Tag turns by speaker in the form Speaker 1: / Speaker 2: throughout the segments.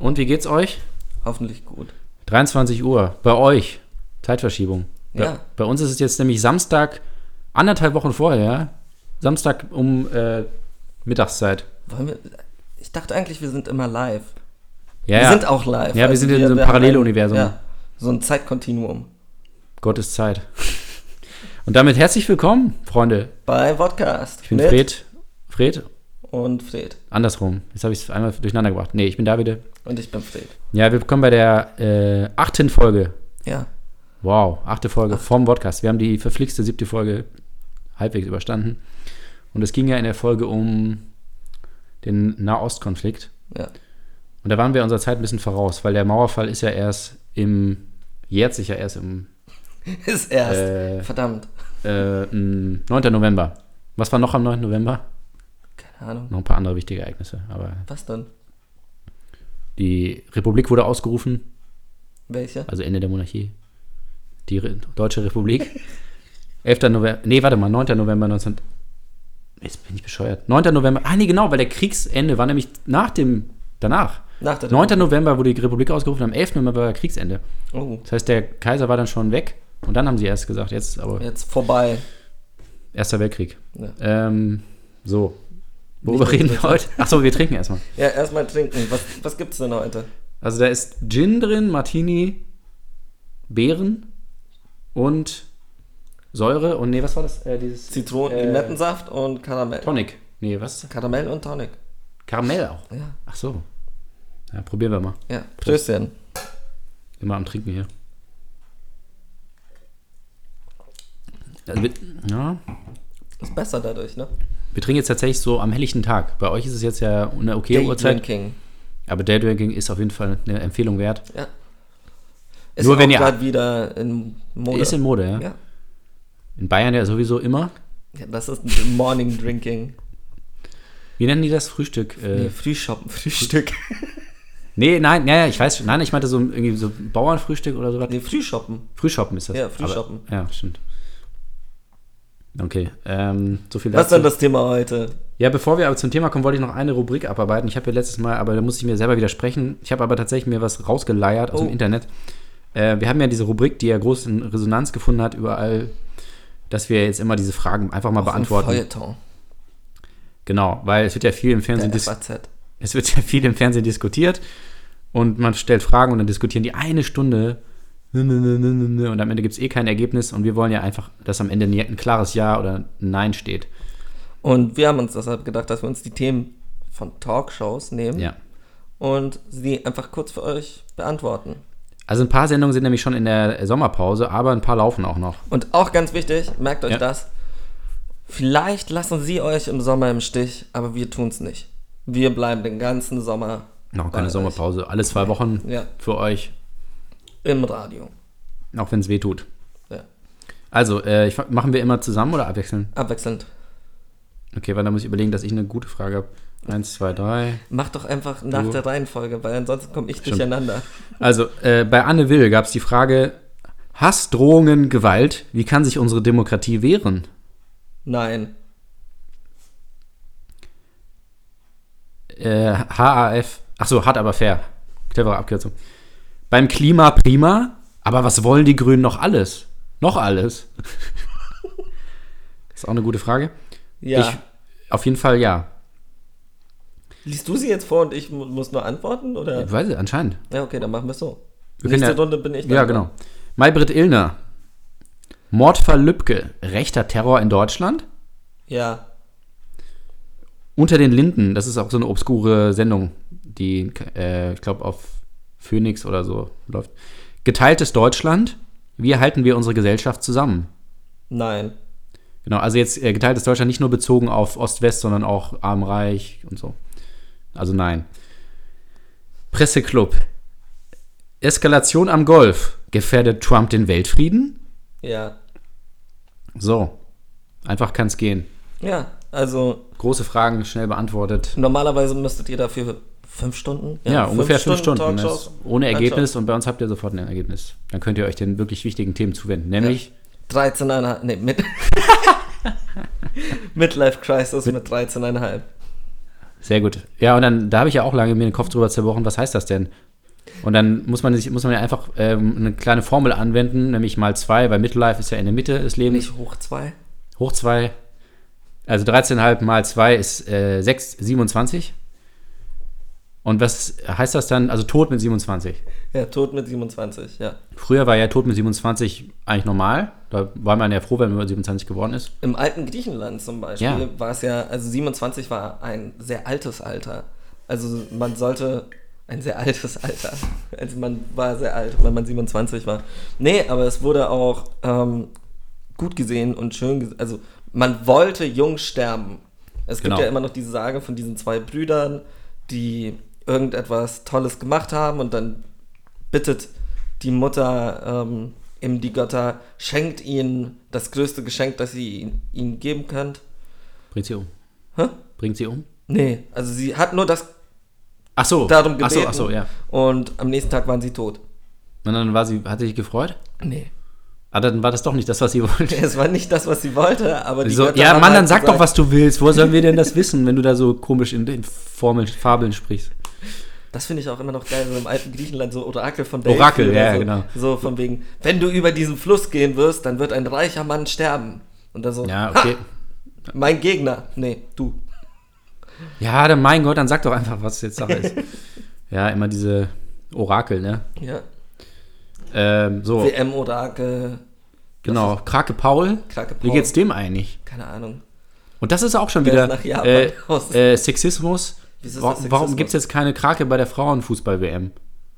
Speaker 1: Und wie geht's euch?
Speaker 2: Hoffentlich gut.
Speaker 1: 23 Uhr, bei euch. Zeitverschiebung. Bei,
Speaker 2: Ja.
Speaker 1: bei uns ist es jetzt nämlich Samstag, anderthalb Wochen vorher. Samstag um äh, Mittagszeit.
Speaker 2: Wollen wir, ich dachte eigentlich, wir sind immer live.
Speaker 1: Ja,
Speaker 2: Wir
Speaker 1: ja.
Speaker 2: sind auch live. Also
Speaker 1: Ja, wir sind in so einem
Speaker 2: haben
Speaker 1: Paralleluniversum.
Speaker 2: Ein, ja, so ein Zeitkontinuum.
Speaker 1: Gottes Zeit. Und damit herzlich willkommen, Freunde.
Speaker 2: Bei Podcast.
Speaker 1: Ich bin Fred. Fred,
Speaker 2: Und Fred.
Speaker 1: andersrum. Jetzt habe ich es einmal durcheinander gebracht. Nee, ich bin Davide.
Speaker 2: Und ich bin Fred.
Speaker 1: Ja, wir kommen bei der äh, achten Folge.
Speaker 2: Ja.
Speaker 1: Wow, achte Folge vom Podcast. Wir haben die verflixte siebte Folge halbwegs überstanden. Und es ging ja in der Folge um den Nahostkonflikt.
Speaker 2: Ja.
Speaker 1: Und da waren wir unserer Zeit ein bisschen voraus, weil der Mauerfall ist ja erst im, jährt sich ja erst im
Speaker 2: Ist erst.
Speaker 1: Äh.
Speaker 2: Verdammt.
Speaker 1: äh, m, 9. November. Was war noch am 9. November?
Speaker 2: Keine Ahnung.
Speaker 1: Noch ein paar andere wichtige Ereignisse. Aber
Speaker 2: Was denn?
Speaker 1: die Republik wurde ausgerufen,
Speaker 2: Welche?
Speaker 1: also Ende der Monarchie. Die Re Deutsche Republik. 11. November, nee, warte mal, 9. November 19... Jetzt bin ich bescheuert. 9. November, ah nee, genau, weil der Kriegsende war nämlich nach dem, danach.
Speaker 2: Nach der
Speaker 1: 9. November wurde die Republik ausgerufen, am 11. November war Kriegsende.
Speaker 2: Oh,
Speaker 1: Das heißt, der Kaiser war dann schon weg und dann haben sie erst gesagt, jetzt aber
Speaker 2: jetzt vorbei.
Speaker 1: Erster Weltkrieg.
Speaker 2: Ja,
Speaker 1: Ähm, so. Worüber
Speaker 2: Nicht,
Speaker 1: reden
Speaker 2: dass
Speaker 1: wir heute? Achso, wir trinken erstmal.
Speaker 2: ja erstmal trinken. Was, was gibt's denn heute?
Speaker 1: Also da ist Gin drin, Martini, Beeren und Säure und nee, was war das? Äh, dieses
Speaker 2: Zitronen,
Speaker 1: Äh,
Speaker 2: Limettensaft und Karamell.
Speaker 1: Tonic. Nee, was?
Speaker 2: Karamell und Tonic.
Speaker 1: Karamell auch.
Speaker 2: Ja.
Speaker 1: Ach so. Ja, probieren wir mal.
Speaker 2: Ja. Pröstchen.
Speaker 1: Immer am Trinken hier. Also wir, ja,
Speaker 2: Ist besser dadurch, ne?
Speaker 1: wir trinken jetzt tatsächlich so am helllichten Tag. Bei euch ist es jetzt ja eine okay Uhrzeit.
Speaker 2: Drinking.
Speaker 1: Aber Daydrinking ist auf jeden Fall eine Empfehlung wert.
Speaker 2: Ja. Ist
Speaker 1: Nur
Speaker 2: ja
Speaker 1: wenn
Speaker 2: auch
Speaker 1: ihr-
Speaker 2: gerade wieder in Mode.
Speaker 1: Ist in Mode, ja.
Speaker 2: ja.
Speaker 1: In Bayern ja sowieso immer.
Speaker 2: ja, das ist Morning Drinking.
Speaker 1: Wie nennen die das? Frühstück? Äh,
Speaker 2: Nee, Frühschoppen, Frühstück.
Speaker 1: Nee, nein, ja, ja, ich weiß schon. Nein, ich meinte so irgendwie so Bauernfrühstück oder sowas.
Speaker 2: nee, Frühschoppen.
Speaker 1: Frühschoppen ist das.
Speaker 2: Ja, Frühschoppen.
Speaker 1: Aber, ja, stimmt. Okay, ähm, so viel
Speaker 2: Was ist
Speaker 1: dazu.
Speaker 2: denn das Thema heute?
Speaker 1: Ja, bevor wir aber zum Thema kommen, wollte ich noch eine Rubrik abarbeiten. Ich habe ja letztes Mal, aber da musste ich mir selber widersprechen. Ich habe aber tatsächlich mir was rausgeleiert aus
Speaker 2: Oh.
Speaker 1: dem Internet. Äh, wir haben ja diese Rubrik, die ja groß in Resonanz gefunden hat überall, dass wir jetzt immer diese Fragen einfach mal
Speaker 2: Ein
Speaker 1: beantworten.
Speaker 2: Feuilleton.
Speaker 1: Genau, weil es wird ja viel im Fernsehen
Speaker 2: Der
Speaker 1: dis
Speaker 2: FAZ.
Speaker 1: es wird ja viel im Fernsehen diskutiert und man stellt Fragen und dann diskutieren die eine Stunde und am Ende gibt es eh kein Ergebnis und wir wollen ja einfach, dass am Ende ein klares Ja oder ein Nein steht.
Speaker 2: Und wir haben uns deshalb gedacht, dass wir uns die Themen von Talkshows nehmen
Speaker 1: Ja.
Speaker 2: und sie einfach kurz für euch beantworten.
Speaker 1: Also ein paar Sendungen sind nämlich schon in der Sommerpause, aber ein paar laufen auch noch.
Speaker 2: Und auch ganz wichtig, merkt euch
Speaker 1: Ja.
Speaker 2: das, vielleicht lassen sie euch im Sommer im Stich, aber wir tun's nicht. Wir bleiben den ganzen Sommer
Speaker 1: Noch
Speaker 2: bei
Speaker 1: keine
Speaker 2: euch.
Speaker 1: Sommerpause. Alle zwei Wochen
Speaker 2: Ja.
Speaker 1: für euch,
Speaker 2: im Radio.
Speaker 1: auch wenn es weh tut.
Speaker 2: Ja.
Speaker 1: Also, äh, ich, fa- machen wir immer zusammen oder abwechseln?
Speaker 2: Abwechselnd.
Speaker 1: Okay, weil da muss ich überlegen, dass ich eine gute Frage habe. Eins, zwei, drei.
Speaker 2: Mach doch einfach nach der Reihenfolge, weil ansonsten komme ich durcheinander.
Speaker 1: Also, äh, bei Anne Will gab es die Frage: Hass, Drohungen, Gewalt, wie kann sich unsere Demokratie wehren?
Speaker 2: Nein.
Speaker 1: Äh, HAF, achso, hart aber fair. Clevere Abkürzung. Beim Klima prima, aber was wollen die Grünen noch alles? Noch alles? ist auch eine gute Frage.
Speaker 2: Ja.
Speaker 1: Ich, auf jeden Fall ja.
Speaker 2: Liest du sie jetzt vor und ich mu- muss nur antworten? Oder?
Speaker 1: Ich weiß es, anscheinend.
Speaker 2: Ja, okay, dann machen wir es so.
Speaker 1: Wir können
Speaker 2: Nächste
Speaker 1: ja-
Speaker 2: Runde bin ich
Speaker 1: Ja, genau. Maybrit Illner. Mordfall Lübcke. Rechter Terror in Deutschland?
Speaker 2: Ja.
Speaker 1: Unter den Linden, das ist auch so eine obskure Sendung, die, äh, ich glaube, auf Phoenix oder so läuft. Geteiltes Deutschland, wie halten wir unsere Gesellschaft zusammen?
Speaker 2: Nein.
Speaker 1: Genau, also jetzt äh, geteiltes Deutschland nicht nur bezogen auf Ost-West, sondern auch Arm-Reich und so. Also nein. Presseclub. Eskalation am Golf. Gefährdet Trump den Weltfrieden?
Speaker 2: Ja.
Speaker 1: So. Einfach kann's gehen.
Speaker 2: Ja, also
Speaker 1: Große Fragen, schnell beantwortet.
Speaker 2: normalerweise müsstet ihr dafür fünf Stunden?
Speaker 1: Ja, ungefähr fünf Stunden. ne?
Speaker 2: Talkshows.
Speaker 1: ohne
Speaker 2: Talkshows.
Speaker 1: Ergebnis und bei uns habt ihr sofort ein Ergebnis. Dann könnt ihr euch den wirklich wichtigen Themen zuwenden, nämlich
Speaker 2: 13,5. Nee, mit. Midlife Crisis mit 13,5.
Speaker 1: Sehr gut. Ja, und dann, da habe ich ja auch lange mir den Kopf drüber zerbrochen, was heißt das denn? Und dann muss man sich, muss man ja einfach ähm, eine kleine Formel anwenden, nämlich mal zwei, weil Midlife ist ja in der Mitte des Lebens.
Speaker 2: Nicht hoch zwei.
Speaker 1: Hoch zwei, also 13,5 mal zwei ist äh, 6, 27. Und was heißt das dann? Also Tod mit 27.
Speaker 2: Ja, tot mit 27, ja.
Speaker 1: Früher war ja Tod mit 27 eigentlich normal. Da war man ja froh, wenn man 27 geworden ist.
Speaker 2: Im alten Griechenland zum Beispiel
Speaker 1: Ja.
Speaker 2: war es ja, also 27 war ein sehr altes Alter. Also man sollte ein sehr altes Alter. Also man war sehr alt, wenn man 27 war. Nee, aber es wurde auch ähm, gut gesehen und schön gesehen. Also man wollte jung sterben. Es
Speaker 1: Genau.
Speaker 2: gibt ja immer noch diese Sage von diesen zwei Brüdern, die irgendetwas Tolles gemacht haben und dann bittet die Mutter ähm, eben die Götter, schenkt ihnen das größte Geschenk, das sie ihnen- ihnen geben könnt.
Speaker 1: Bringt sie um.
Speaker 2: Hä?
Speaker 1: Bringt sie um?
Speaker 2: Nee, also sie hat nur das
Speaker 1: Ach so.
Speaker 2: darum
Speaker 1: ach so,
Speaker 2: um gebeten
Speaker 1: ach so, ja.
Speaker 2: und am nächsten Tag waren sie tot.
Speaker 1: Und dann war sie, hat sie sich gefreut?
Speaker 2: Nee.
Speaker 1: Ah, dann war das doch nicht das, was sie wollte.
Speaker 2: Es war nicht das, was sie wollte, aber die
Speaker 1: So,
Speaker 2: Götter
Speaker 1: ja,
Speaker 2: haben
Speaker 1: Mann,
Speaker 2: halt
Speaker 1: dann sag
Speaker 2: gesagt-
Speaker 1: doch, was du willst. Woher sollen wir denn das wissen, wenn du da so komisch in den Formeln, Fabeln sprichst?
Speaker 2: Das finde ich auch immer noch geil, so im alten Griechenland, so Orakel von
Speaker 1: Orakel,
Speaker 2: oder
Speaker 1: ja,
Speaker 2: so,
Speaker 1: genau.
Speaker 2: So von wegen, wenn du über diesen Fluss gehen wirst, dann wird ein reicher Mann sterben. Und dann so,
Speaker 1: Ja, okay.
Speaker 2: ha, mein Gegner. Nee, du.
Speaker 1: Ja, dann mein Gott, dann sag doch einfach, was jetzt Sache ist. ja, immer diese Orakel, ne?
Speaker 2: Ja.
Speaker 1: Ähm, so,
Speaker 2: WM-Orakel,
Speaker 1: genau. Krake Paul.
Speaker 2: Krake
Speaker 1: Wie
Speaker 2: Paul.
Speaker 1: geht's dem eigentlich?
Speaker 2: keine Ahnung.
Speaker 1: Und das ist auch schon
Speaker 2: Der
Speaker 1: wieder
Speaker 2: ist nach Japan
Speaker 1: äh,
Speaker 2: raus.
Speaker 1: äh, Sexismus.
Speaker 2: Wieso ist
Speaker 1: Wa-
Speaker 2: das
Speaker 1: Warum
Speaker 2: Sexismus?
Speaker 1: gibt es jetzt keine Krake bei der Frauenfußball-WM?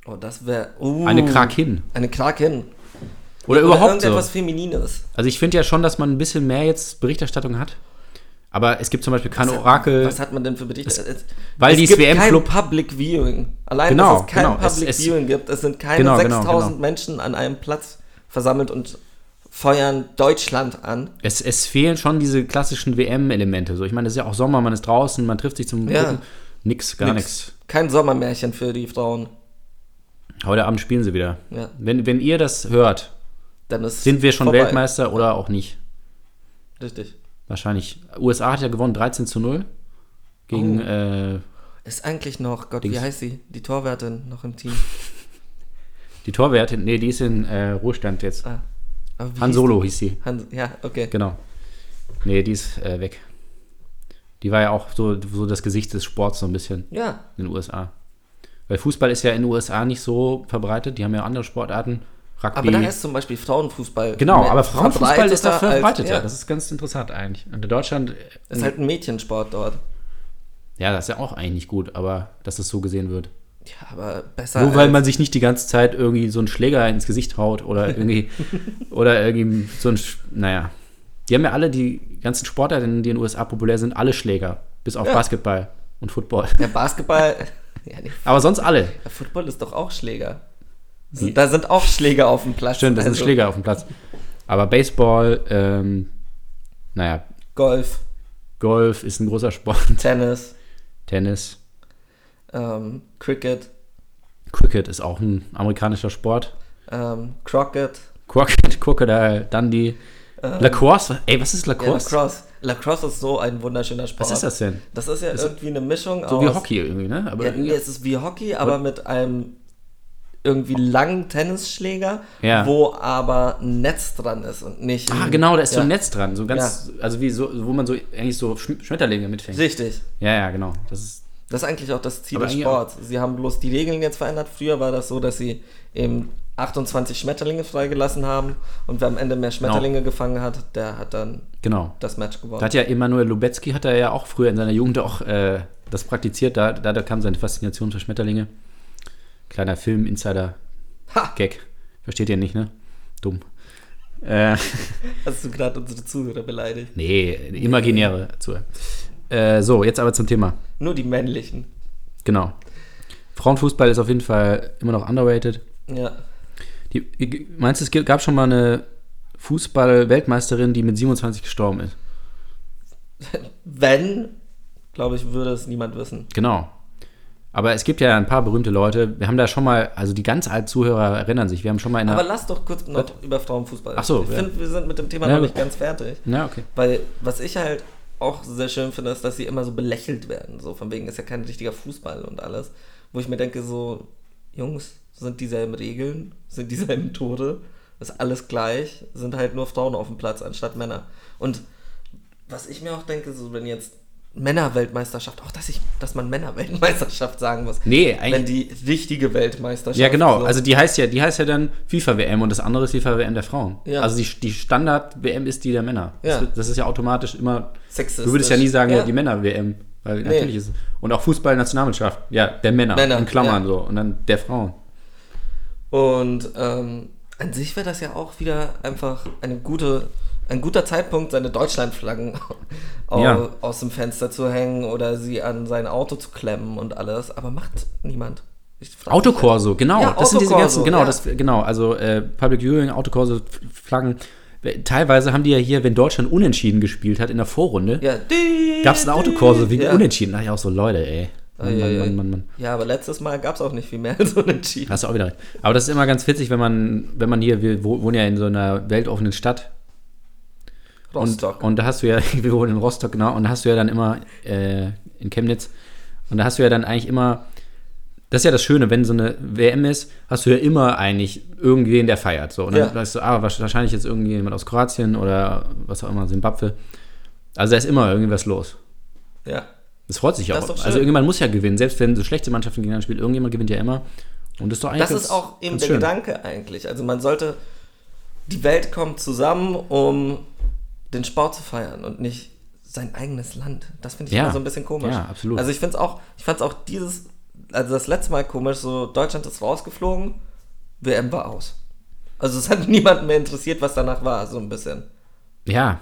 Speaker 2: Oh, das wäre. Uh,
Speaker 1: Eine Krakin.
Speaker 2: Eine Krakin.
Speaker 1: Oder
Speaker 2: Oder
Speaker 1: überhaupt so.
Speaker 2: irgendetwas Feminines.
Speaker 1: Also ich finde ja schon, dass man ein bisschen mehr jetzt Berichterstattung hat. Aber es gibt zum Beispiel keine
Speaker 2: Was hat-
Speaker 1: Orakel.
Speaker 2: Was hat man denn für Berichte? Es,
Speaker 1: weil
Speaker 2: es
Speaker 1: dieses
Speaker 2: gibt
Speaker 1: WM
Speaker 2: kein
Speaker 1: Club-
Speaker 2: Public Viewing. Allein,
Speaker 1: Genau,
Speaker 2: dass es kein
Speaker 1: genau, es-
Speaker 2: Public
Speaker 1: es-
Speaker 2: Viewing gibt. Es sind keine
Speaker 1: Genau, genau,
Speaker 2: 6000
Speaker 1: genau.
Speaker 2: Menschen an einem Platz versammelt und feuern Deutschland an.
Speaker 1: Es, es fehlen schon diese klassischen WM-Elemente. So, ich meine, es ist ja auch Sommer, man ist draußen, man trifft sich zum
Speaker 2: Ja.
Speaker 1: Gucken. Nix, gar
Speaker 2: Nix.
Speaker 1: nix.
Speaker 2: Kein Sommermärchen für die Frauen.
Speaker 1: Heute Abend spielen sie wieder.
Speaker 2: Ja,
Speaker 1: Wenn, wenn ihr das hört,
Speaker 2: dann ist
Speaker 1: sind wir schon
Speaker 2: vorbei.
Speaker 1: Weltmeister oder auch nicht.
Speaker 2: Richtig.
Speaker 1: Wahrscheinlich. USA hat ja gewonnen 13 zu 0 gegen
Speaker 2: Oh.
Speaker 1: äh,
Speaker 2: Ist eigentlich noch, Gott, wie
Speaker 1: Dings.
Speaker 2: heißt sie? Die Torwärterin noch im Team.
Speaker 1: die Torwärtin. Nee, die ist in äh, Ruhestand jetzt.
Speaker 2: Ah. Aber wie
Speaker 1: Han
Speaker 2: hieß-
Speaker 1: Solo hieß sie.
Speaker 2: Han, ja, okay.
Speaker 1: Genau. Nee, die ist äh, weg. Die war ja auch so, so das Gesicht des Sports so ein bisschen
Speaker 2: Ja,
Speaker 1: in den USA. Weil Fußball ist ja in den USA nicht so verbreitet. Die haben ja andere Sportarten. Rugby.
Speaker 2: aber da ist zum Beispiel Frauenfußball.
Speaker 1: genau,
Speaker 2: mehr
Speaker 1: aber Frauenfußball ist da
Speaker 2: verbreiteter als-
Speaker 1: verbreiteter.
Speaker 2: ja,
Speaker 1: Das ist ganz interessant eigentlich. Und in Deutschland,
Speaker 2: ist halt ein Mädchensport dort.
Speaker 1: ja, das ist ja auch eigentlich nicht gut, aber dass das so gesehen wird.
Speaker 2: Ja, aber besser.
Speaker 1: Nur weil
Speaker 2: als-
Speaker 1: man sich nicht die ganze Zeit irgendwie so einen Schläger ins Gesicht haut oder irgendwie oder irgendwie so ein, Sch- naja. Die haben ja alle, die ganzen Sportarten, die in den USA populär sind, alle Schläger. Bis auf
Speaker 2: Ja.
Speaker 1: Basketball und Football.
Speaker 2: Der Basketball. ja, nee,
Speaker 1: Aber sonst alle.
Speaker 2: der Football ist doch auch Schläger.
Speaker 1: Wie?
Speaker 2: Da sind auch Schläger auf dem Platz. Also
Speaker 1: Stimmt, das sind Schläger auf dem Platz. Also Aber Baseball, ähm, naja,
Speaker 2: Golf,
Speaker 1: Golf ist ein großer Sport.
Speaker 2: Tennis,
Speaker 1: Tennis.
Speaker 2: ähm, Cricket,
Speaker 1: Cricket ist auch ein amerikanischer Sport.
Speaker 2: ähm, Crockett,
Speaker 1: Crockett, Crocodile, Dundee. Lacrosse. Ey, was ist
Speaker 2: ja,
Speaker 1: Ähm, Lacrosse?
Speaker 2: Lacrosse. Lacrosse ist so ein wunderschöner Sport.
Speaker 1: was ist das denn?
Speaker 2: Das ist ja irgendwie eine Mischung
Speaker 1: So
Speaker 2: aus.
Speaker 1: wie Hockey irgendwie, ne? Aber
Speaker 2: Ja,
Speaker 1: irgendwie-
Speaker 2: nee, es ist wie Hockey, aber mit einem irgendwie langen Tennisschläger,
Speaker 1: Ja.
Speaker 2: wo aber ein Netz dran ist und nicht.
Speaker 1: Ah,
Speaker 2: ein-
Speaker 1: genau, da ist so
Speaker 2: ja.
Speaker 1: ein Netz dran. So ganz, also wie so, wo man so eigentlich so Schm- Schmetterlinge mitfängt.
Speaker 2: Richtig.
Speaker 1: Ja, ja, genau. Das ist,
Speaker 2: Das ist eigentlich auch das Ziel
Speaker 1: Aber
Speaker 2: des
Speaker 1: eigentlich
Speaker 2: Sports. Sie haben bloß die Regeln jetzt verändert. Früher war das so, dass sie eben 28 Schmetterlinge freigelassen haben und wer am Ende mehr Schmetterlinge gefangen hat, der hat dann
Speaker 1: genau.
Speaker 2: das Match
Speaker 1: Da
Speaker 2: gewonnen.
Speaker 1: hat ja Emanuel Lubetzky, hat er ja auch früher in seiner Jugend auch äh, das praktiziert. Da, da, da kam seine Faszination für Schmetterlinge. Kleiner Film-Insider-Gag.
Speaker 2: Ha!
Speaker 1: Versteht ihr nicht, ne? Dumm. Äh,
Speaker 2: Hast du gerade unsere Zuhörer beleidigt?
Speaker 1: nee, eine imaginäre zu. Äh, so, jetzt aber zum Thema.
Speaker 2: Nur die männlichen.
Speaker 1: Genau. Frauenfußball ist auf jeden Fall immer noch underrated.
Speaker 2: Ja.
Speaker 1: Die, meinst du, es gibt- gab schon mal eine Fußball-Weltmeisterin, die mit 27 gestorben ist?
Speaker 2: Wenn, glaube ich, würde es niemand wissen.
Speaker 1: Genau. Aber es gibt ja ein paar berühmte Leute. Wir haben da schon mal, also die ganz alten Zuhörer erinnern sich, wir haben schon mal in
Speaker 2: Aber
Speaker 1: einer.
Speaker 2: lass doch kurz noch über Frauenfußball.
Speaker 1: Ach so,
Speaker 2: Ich
Speaker 1: ja.
Speaker 2: finde, wir sind mit dem Thema
Speaker 1: Ja,
Speaker 2: noch
Speaker 1: gut.
Speaker 2: nicht ganz fertig.
Speaker 1: Ja, okay.
Speaker 2: Weil, was ich halt auch sehr schön finde, ist, dass sie immer so belächelt werden. So von wegen ist ja kein richtiger Fußball und alles. Wo ich mir denke, so, Jungs, sind dieselben Regeln, sind dieselben Tore, ist alles gleich, sind halt nur Frauen auf dem Platz anstatt Männer. Und was ich mir auch denke, so wenn jetzt Männerweltmeisterschaft, auch dass ich, dass man Männerweltmeisterschaft sagen muss.
Speaker 1: Nee,
Speaker 2: Wenn
Speaker 1: eigentlich.
Speaker 2: die richtige Weltmeisterschaft.
Speaker 1: Ja, genau.
Speaker 2: so-
Speaker 1: Also die heißt ja, die heißt ja dann FIFA-WM und das andere ist FIFA-WM der Frauen.
Speaker 2: Ja.
Speaker 1: Also die, die Standard-WM ist die der Männer.
Speaker 2: Ja.
Speaker 1: Das, wird- das ist ja automatisch immer.
Speaker 2: sexistisch.
Speaker 1: Du würdest ja nie sagen, ja, die Männer-WM. Weil natürlich ist Und auch Fußball-Nationalmannschaft. Ja, der Männer.
Speaker 2: Männer,
Speaker 1: in Klammern
Speaker 2: ja.
Speaker 1: so. Und dann der Frauen.
Speaker 2: Und ähm, an sich wäre das ja auch wieder einfach eine gute, ein guter Zeitpunkt, seine Deutschlandflaggen au
Speaker 1: Ja.
Speaker 2: aus dem Fenster zu hängen oder sie an sein Auto zu klemmen und alles. Aber macht niemand. Ich frag mich
Speaker 1: Autokorso, genau.
Speaker 2: Ja,
Speaker 1: das sind diese
Speaker 2: Autokorso,
Speaker 1: ganzen, genau,
Speaker 2: ja.
Speaker 1: das, genau. Also äh, Public Viewing, Autokorso, F- Flaggen. Äh, Teilweise haben die ja hier, wenn Deutschland unentschieden gespielt hat in der Vorrunde,
Speaker 2: Ja.
Speaker 1: gab es ein Autokorso wegen
Speaker 2: ja.
Speaker 1: unentschieden. Da dachte ich auch so, Leute, ey. Mann, Mann,
Speaker 2: Eieiei.
Speaker 1: Mann, Mann, Mann.
Speaker 2: Ja, aber letztes Mal gab es auch nicht viel mehr als unentschieden.
Speaker 1: Hast du auch wieder recht. Aber das ist immer ganz witzig, wenn man, wenn man hier, wir wo- wohnen ja in so einer weltoffenen Stadt.
Speaker 2: Rostock.
Speaker 1: Und, und da hast du ja, wir wohnen in Rostock, genau, und da hast du ja dann immer äh, in Chemnitz. Und da hast du ja dann eigentlich immer, das ist ja das Schöne, wenn so eine WM ist, hast du ja immer eigentlich irgendwen, der feiert. So. Und dann
Speaker 2: Ja.
Speaker 1: weißt du, ah, wahrsch- wahrscheinlich jetzt irgendjemand aus Kroatien oder was auch immer, Simbabwe. Also da ist immer irgendwas los.
Speaker 2: ja.
Speaker 1: Das freut sich ja
Speaker 2: Das
Speaker 1: auch.
Speaker 2: ist doch schön.
Speaker 1: Also irgendjemand muss ja gewinnen, selbst wenn so schlechte Mannschaften gegeneinander spielen, irgendjemand gewinnt ja immer. Und das ist doch eigentlich
Speaker 2: Das
Speaker 1: ganz-
Speaker 2: ist auch eben
Speaker 1: ganz
Speaker 2: der
Speaker 1: schön.
Speaker 2: Gedanke eigentlich. Also man sollte, die Welt kommt zusammen, um den Sport zu feiern und nicht sein eigenes Land. Das finde ich
Speaker 1: Ja.
Speaker 2: immer so ein bisschen komisch.
Speaker 1: Ja, absolut.
Speaker 2: Also ich finde es auch, ich fand es auch dieses, also das letzte Mal komisch, so Deutschland ist rausgeflogen, WM war aus. Also es hat niemanden mehr interessiert, was danach war, so ein bisschen.
Speaker 1: Ja,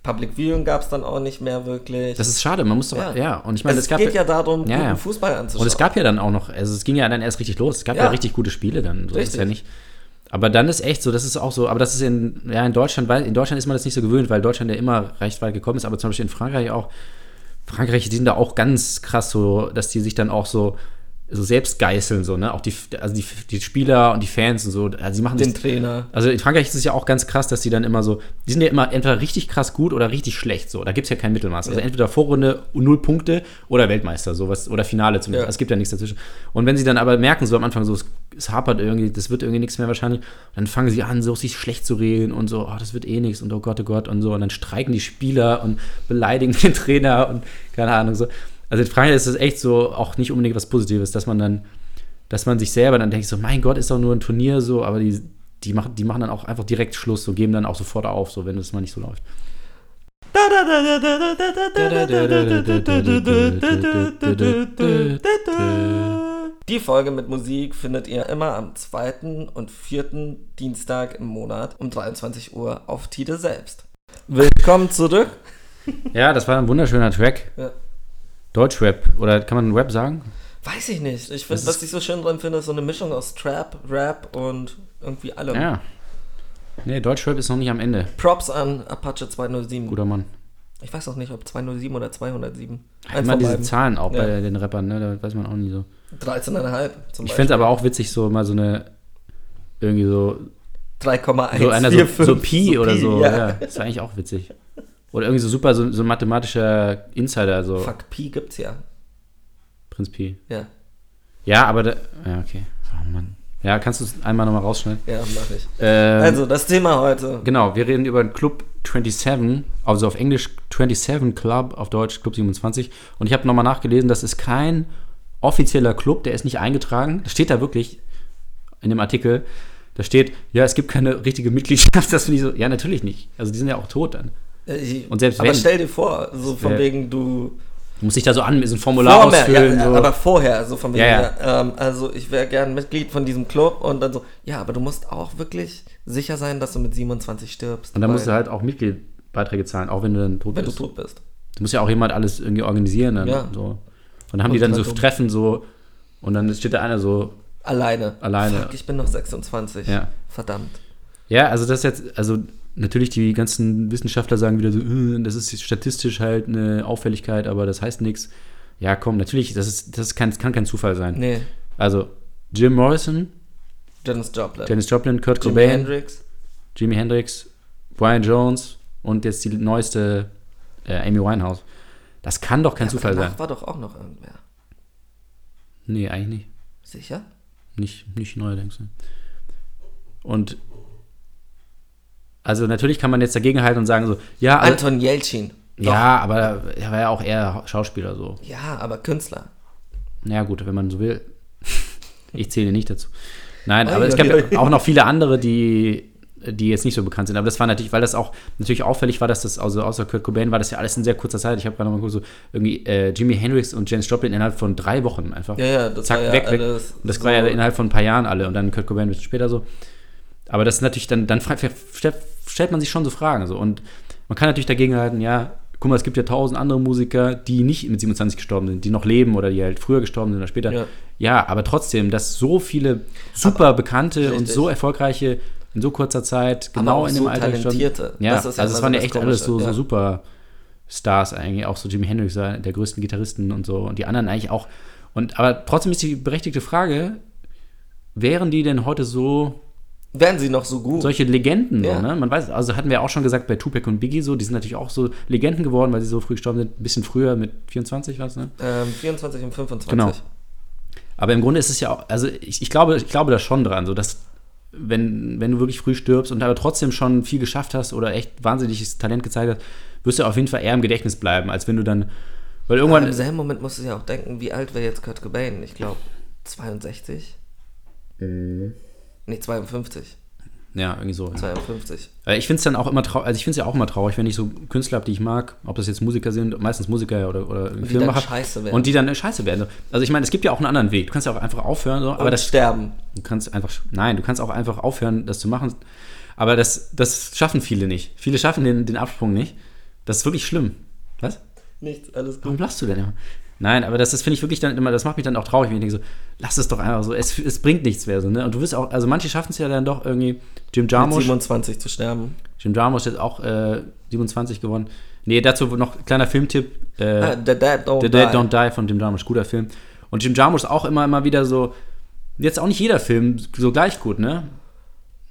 Speaker 2: Public Viewing gab es dann auch nicht mehr wirklich.
Speaker 1: das ist schade. Man muss doch, ja.
Speaker 2: Ja.
Speaker 1: Und ich meine,
Speaker 2: also
Speaker 1: es
Speaker 2: es
Speaker 1: gab
Speaker 2: geht ja darum,
Speaker 1: Ja, ja.
Speaker 2: guten Fußball anzuschauen.
Speaker 1: Und es gab ja dann auch noch, also es ging ja dann erst richtig los. Es gab ja,
Speaker 2: Ja.
Speaker 1: richtig gute Spiele dann. So ist es
Speaker 2: Richtig.
Speaker 1: ja nicht. Aber dann ist echt so, das ist auch so, aber das ist in, ja, in Deutschland, weil in Deutschland ist man das nicht so gewöhnt, weil Deutschland ja immer recht weit gekommen ist, aber zum Beispiel in Frankreich auch, Frankreich, die sind da auch ganz krass so, dass die sich dann auch so, so selbst geißeln, so, ne? Auch die, also die, die Spieler und die Fans und so, also die machen
Speaker 2: den
Speaker 1: sich
Speaker 2: Trainer.
Speaker 1: also in Frankreich ist es ja auch ganz krass, dass die dann immer so, die sind ja immer entweder richtig krass gut oder richtig schlecht. So, da gibt es ja kein Mittelmaß. Also entweder Vorrunde null Punkte oder Weltmeister, sowas, oder Finale zumindest.
Speaker 2: Ja.
Speaker 1: Also es gibt ja nichts dazwischen. Und wenn sie dann aber merken, so am Anfang so, es, es hapert irgendwie, das wird irgendwie nichts mehr wahrscheinlich, dann fangen sie an, so sich schlecht zu reden und so, oh, das wird eh nichts und oh Gott, oh Gott und so. Und dann streiken die Spieler und beleidigen den Trainer und keine Ahnung so. Also in Frankreich ist es echt so auch nicht unbedingt was Positives, dass man dann dass man sich selber dann denkt, so, mein Gott, ist doch nur ein Turnier so, aber die, die, machen, die machen dann auch einfach direkt Schluss und geben dann auch sofort auf, so wenn es mal nicht so läuft.
Speaker 2: Die Folge mit Musik findet ihr immer am zweiten und vierten Dienstag im Monat um 23 Uhr auf Tide selbst. Willkommen zurück.
Speaker 1: Ja, das war ein wunderschöner Track.
Speaker 2: Ja.
Speaker 1: Deutschrap, oder kann man Rap sagen?
Speaker 2: Weiß ich nicht. Ich finde,
Speaker 1: Das
Speaker 2: was ich so schön dran finde, ist so eine Mischung aus Trap, Rap und irgendwie allem.
Speaker 1: Ja. Nee, Deutschrap ist noch nicht am Ende.
Speaker 2: Props an Apache 207.
Speaker 1: Guter Mann.
Speaker 2: Ich weiß auch nicht, ob 207 oder 207. Eins
Speaker 1: Immer
Speaker 2: von
Speaker 1: diese
Speaker 2: beiden.
Speaker 1: Zahlen auch
Speaker 2: Ja.
Speaker 1: bei den Rappern, ne? Da weiß man auch nie so.
Speaker 2: 13,5 zum
Speaker 1: Ich
Speaker 2: Beispiel.
Speaker 1: fände es aber auch witzig, so mal so eine. Irgendwie so. So einer so,
Speaker 2: 3,145.
Speaker 1: so Pi oder so.
Speaker 2: ja.
Speaker 1: Ja. Das war eigentlich auch witzig. Oder irgendwie so super, so, so ein mathematischer Insider, so
Speaker 2: Fuck, Pi gibt's ja.
Speaker 1: Prinz Pi.
Speaker 2: Ja,
Speaker 1: Ja, aber da, ja, okay. Oh Mann. Ja, kannst du es einmal nochmal rausschneiden?
Speaker 2: ja, mach ich.
Speaker 1: Ähm,
Speaker 2: Also, das Thema heute.
Speaker 1: Genau, wir reden über den Club 27, also auf Englisch 27 Club, auf Deutsch Club 27. Und ich habe nochmal nachgelesen, das ist kein offizieller Club, der ist nicht eingetragen. Das steht da wirklich in dem Artikel. Da steht, ja, es gibt keine richtige Mitgliedschaft. Das finde ich so, ja, natürlich nicht. Also die sind ja auch tot dann.
Speaker 2: Ich,
Speaker 1: Und selbst
Speaker 2: aber
Speaker 1: wenn-
Speaker 2: stell dir vor, so von
Speaker 1: wär-
Speaker 2: wegen du.
Speaker 1: Du musst dich da so an, so ein Formular
Speaker 2: Vorher,
Speaker 1: ausfüllen.
Speaker 2: ja,
Speaker 1: so.
Speaker 2: Aber vorher, so von wegen,
Speaker 1: Ja,
Speaker 2: ja,
Speaker 1: ja.
Speaker 2: Ähm, also ich wäre gern Mitglied von diesem Club und dann so, ja, aber du musst auch wirklich sicher sein, dass du mit 27 stirbst.
Speaker 1: Und dann
Speaker 2: weil-
Speaker 1: musst du halt auch Mitgliedbeiträge zahlen, auch wenn du dann tot
Speaker 2: wenn du
Speaker 1: bist.
Speaker 2: tot bist.
Speaker 1: Da muss ja auch jemand alles irgendwie organisieren. Dann,
Speaker 2: Ja.
Speaker 1: so. Und dann haben die
Speaker 2: Und
Speaker 1: dann so
Speaker 2: Treffen.
Speaker 1: Treffen so und dann steht da einer so,
Speaker 2: Alleine.
Speaker 1: Alleine.
Speaker 2: Fuck, ich bin noch 26.
Speaker 1: Ja.
Speaker 2: Verdammt.
Speaker 1: ja, also das ist jetzt, also natürlich die ganzen Wissenschaftler sagen wieder so, "Äh, das ist statistisch halt eine Auffälligkeit, aber das heißt nichts. Ja, komm, natürlich, das ist, das kann, kann kein Zufall sein.
Speaker 2: Nee,
Speaker 1: Also Jim Morrison,
Speaker 2: Dennis Joplin.
Speaker 1: Janis Joplin, Kurt
Speaker 2: Jimi
Speaker 1: Cobain,
Speaker 2: Hendrix.
Speaker 1: Jimi Hendrix, Brian Jones und jetzt die neueste äh, Amy Winehouse. Das kann doch kein
Speaker 2: Aber
Speaker 1: Zufall
Speaker 2: danach
Speaker 1: sein.
Speaker 2: war doch auch noch irgendwer.
Speaker 1: Nee, eigentlich nicht.
Speaker 2: Sicher?
Speaker 1: Nicht, nicht neuerdings. ne. Und also natürlich kann man jetzt dagegenhalten und sagen so, ja, also,
Speaker 2: Anton Jeltsin. Halt, Doch.
Speaker 1: ja, aber er war ja auch eher Schauspieler so.
Speaker 2: Ja, aber Künstler.
Speaker 1: Naja, gut, wenn man so will. Ich zähle nicht dazu. Nein,
Speaker 2: Oi,
Speaker 1: aber es
Speaker 2: oi,
Speaker 1: gab
Speaker 2: oi.
Speaker 1: ja auch noch viele andere, die, die jetzt nicht so bekannt sind. Aber das war natürlich, weil das auch natürlich auffällig war, dass das, also außer Kurt Cobain, war das ja alles in sehr kurzer Zeit. Ich habe gerade mal geguckt, so irgendwie äh, Jimi Hendrix und Janis Joplin innerhalb von drei Wochen einfach.
Speaker 2: Ja, ja, das
Speaker 1: Zack,
Speaker 2: war ja
Speaker 1: weg, weg.
Speaker 2: alles
Speaker 1: Und das
Speaker 2: so-
Speaker 1: war ja innerhalb von ein paar Jahren alle. Und dann Kurt Cobain ein bisschen später so. Aber das ist natürlich, dann, dann fra- stellt, stellt man sich schon so Fragen. So. Und man kann natürlich dagegenhalten, ja, guck mal, es gibt ja tausend andere Musiker, die nicht mit 27 gestorben sind, die noch leben oder die halt früher gestorben sind oder später. Ja,
Speaker 2: Ja.
Speaker 1: aber trotzdem, dass so viele super bekannte und
Speaker 2: richtig.
Speaker 1: so erfolgreiche in so kurzer Zeit,
Speaker 2: Aber
Speaker 1: genau
Speaker 2: auch
Speaker 1: in dem
Speaker 2: so
Speaker 1: Alter gestorben-
Speaker 2: Talentierte.
Speaker 1: Ja,
Speaker 2: Das ist ja
Speaker 1: also es
Speaker 2: immer
Speaker 1: waren
Speaker 2: so
Speaker 1: ja
Speaker 2: das
Speaker 1: echt alles so,
Speaker 2: Komische,
Speaker 1: so
Speaker 2: ja.
Speaker 1: super Stars eigentlich, auch so Jimi Hendrix, war einer der größten Gitarristen und so und die anderen eigentlich auch. Und aber trotzdem ist die berechtigte Frage, wären die denn heute so
Speaker 2: Wären sie noch so gut?
Speaker 1: solche Legenden
Speaker 2: Ja.
Speaker 1: so, ne? Man weiß, also hatten wir auch schon gesagt bei Tupac und Biggie so, die sind natürlich auch so Legenden geworden, weil sie so früh gestorben sind, ein bisschen früher mit 24 was, ne?
Speaker 2: ähm, 24 und 25.
Speaker 1: Genau. Aber im Grunde ist es ja auch, also ich, ich glaube, ich glaube da schon dran, so dass wenn, wenn du wirklich früh stirbst und aber trotzdem schon viel geschafft hast oder echt wahnsinniges Talent gezeigt hast, wirst du auf jeden Fall eher im Gedächtnis bleiben, als wenn du dann, weil
Speaker 2: Aber
Speaker 1: irgendwann
Speaker 2: Im selben Moment musst du ja auch denken, wie alt wäre jetzt Kurt Cobain? Ich glaube 62? Nee, 52.
Speaker 1: ja irgendwie so. Ja.
Speaker 2: 52.
Speaker 1: Äh, Ich finde es dann auch immer traurig, also ich finde es ja auch immer traurig, wenn ich so Künstler habe, die ich mag, ob das jetzt Musiker sind, meistens Musiker oder, oder
Speaker 2: dann
Speaker 1: Filmemacher.
Speaker 2: scheiße werden.
Speaker 1: Und die dann äh, scheiße werden. Also ich meine, es gibt ja auch einen anderen Weg. Du kannst ja auch einfach aufhören, so, aber
Speaker 2: und
Speaker 1: das
Speaker 2: Sterben.
Speaker 1: Du kannst einfach, nein, du kannst auch einfach aufhören, das zu machen. Aber das, das schaffen viele nicht. Viele schaffen den, den Absprung nicht. Das ist wirklich schlimm. Was?
Speaker 2: Nichts, alles gut.
Speaker 1: Warum lachst du denn immer? Nein, aber das ist, finde ich wirklich dann immer, das macht mich dann auch traurig, wenn ich denke so, lass es doch einfach so, es, es bringt nichts mehr so, ne? Und du wirst auch, also manche schaffen es ja dann doch irgendwie, Jim
Speaker 2: Mit
Speaker 1: Jarmusch,
Speaker 2: 27 zu sterben.
Speaker 1: Jim Jarmusch hat auch äh, 27 gewonnen. Nee, dazu noch kleiner Filmtipp, äh,
Speaker 2: Ah, the Dead Don't
Speaker 1: The
Speaker 2: Die.
Speaker 1: Dead Don't Die von Jim Jarmusch, guter Film. Und Jim Jarmusch ist auch immer, immer wieder so, jetzt auch nicht jeder Film so gleich gut, ne?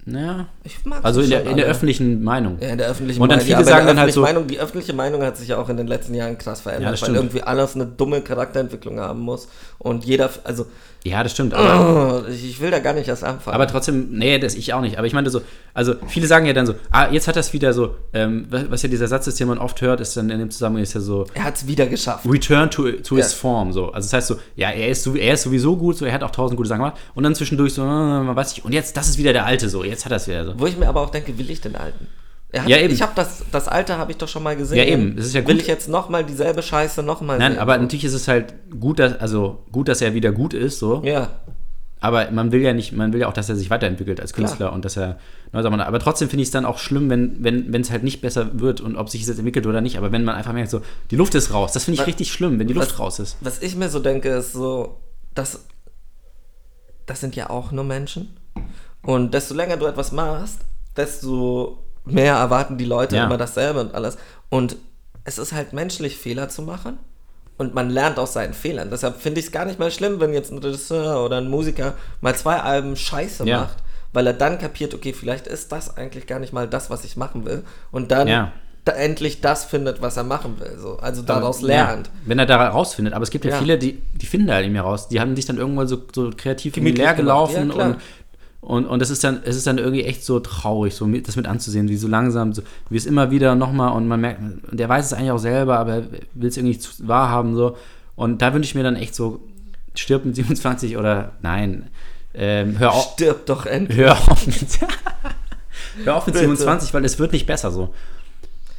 Speaker 1: Naja,
Speaker 2: Ich mag
Speaker 1: also
Speaker 2: sie
Speaker 1: in der,
Speaker 2: schon
Speaker 1: in der
Speaker 2: alle.
Speaker 1: öffentlichen Meinung.
Speaker 2: Ja, in der öffentlichen
Speaker 1: Und dann
Speaker 2: Meinung.
Speaker 1: viele
Speaker 2: ja, aber in
Speaker 1: sagen
Speaker 2: der
Speaker 1: dann halt
Speaker 2: öffentlichen
Speaker 1: so-
Speaker 2: Meinung, die öffentliche Meinung hat sich ja auch in den letzten Jahren krass
Speaker 1: Ja,
Speaker 2: verändert,
Speaker 1: das
Speaker 2: weil
Speaker 1: stimmt.
Speaker 2: irgendwie alles eine dumme Charakterentwicklung haben muss. Und jeder, also,
Speaker 1: Ja, das stimmt. Aber,
Speaker 2: ich ich will da gar nicht erst anfangen.
Speaker 1: aber trotzdem, nee, das ich auch nicht. Aber ich meinte so, also viele sagen ja dann so, ah, jetzt hat das wieder so, ähm, was was ja dieser Satz ist, den man oft hört, ist dann in dem Zusammenhang ist ja so,
Speaker 2: er hat es wieder geschafft.
Speaker 1: Return to, to his
Speaker 2: Ja.
Speaker 1: form, so. Also das heißt so, ja, er ist, so, er ist sowieso gut, so, er hat auch tausend gute Sachen gemacht. Und dann zwischendurch so, äh, man weiß nicht, und jetzt, das ist wieder der Alte, so, jetzt hat das wieder so.
Speaker 2: Wo ich mir aber auch denke, will ich den alten? Er hat,
Speaker 1: Ja, eben.
Speaker 2: Ich habe das, das alte habe ich doch schon mal gesehen.
Speaker 1: Ja, eben. Das ist ja
Speaker 2: Will
Speaker 1: gut.
Speaker 2: ich jetzt nochmal dieselbe Scheiße nochmal sehen?
Speaker 1: Nein, aber natürlich ist es halt gut, dass, also gut, dass er wieder gut ist, so.
Speaker 2: Ja,
Speaker 1: Aber man will ja nicht, man will ja auch, dass er sich weiterentwickelt als Künstler
Speaker 2: Klar.
Speaker 1: und dass er neue Sachen macht. Aber trotzdem finde ich es dann auch schlimm, wenn wenn wenn es halt nicht besser wird und ob sich es jetzt entwickelt oder nicht. Aber wenn man einfach merkt, so die Luft ist raus, das finde ich
Speaker 2: Was-
Speaker 1: richtig schlimm, wenn die Luft
Speaker 2: was-
Speaker 1: raus ist.
Speaker 2: was ich mir so denke, ist so, dass das sind ja auch nur Menschen. Und desto länger du etwas machst, desto mehr erwarten die Leute
Speaker 1: Ja.
Speaker 2: immer dasselbe und alles. Und es ist halt menschlich, Fehler zu machen. Und man lernt aus seinen Fehlern. Deshalb finde ich es gar nicht mal schlimm, wenn jetzt ein Regisseur oder ein Musiker mal zwei Alben scheiße
Speaker 1: Ja.
Speaker 2: macht, weil er dann kapiert, okay, vielleicht ist das eigentlich gar nicht mal das, was ich machen will. Und dann
Speaker 1: Ja.
Speaker 2: da endlich das findet, was er machen will. So. Also daraus
Speaker 1: Aber,
Speaker 2: lernt.
Speaker 1: Ähm, Ja, wenn er da rausfindet. Aber es gibt ja,
Speaker 2: Ja.
Speaker 1: viele, die, die finden da halt nicht mehr raus. Die haben sich dann irgendwann so, so kreativ in die
Speaker 2: Gemütlich
Speaker 1: leer
Speaker 2: gemacht. Ja,
Speaker 1: gelaufen
Speaker 2: klar.
Speaker 1: und und, und das ist dann, es ist dann irgendwie echt so traurig, so mit, das mit anzusehen, wie so langsam, so, wie es immer wieder nochmal und man merkt, und der weiß es eigentlich auch selber, aber will es irgendwie nicht zu- wahrhaben, so. Und da wünsche ich mir dann echt so, stirb mit 27 oder nein, ähm, hör auf,
Speaker 2: Stirb doch endlich.
Speaker 1: hör auf mit, hör auf mit
Speaker 2: Bitte.
Speaker 1: 27, weil es wird nicht besser so.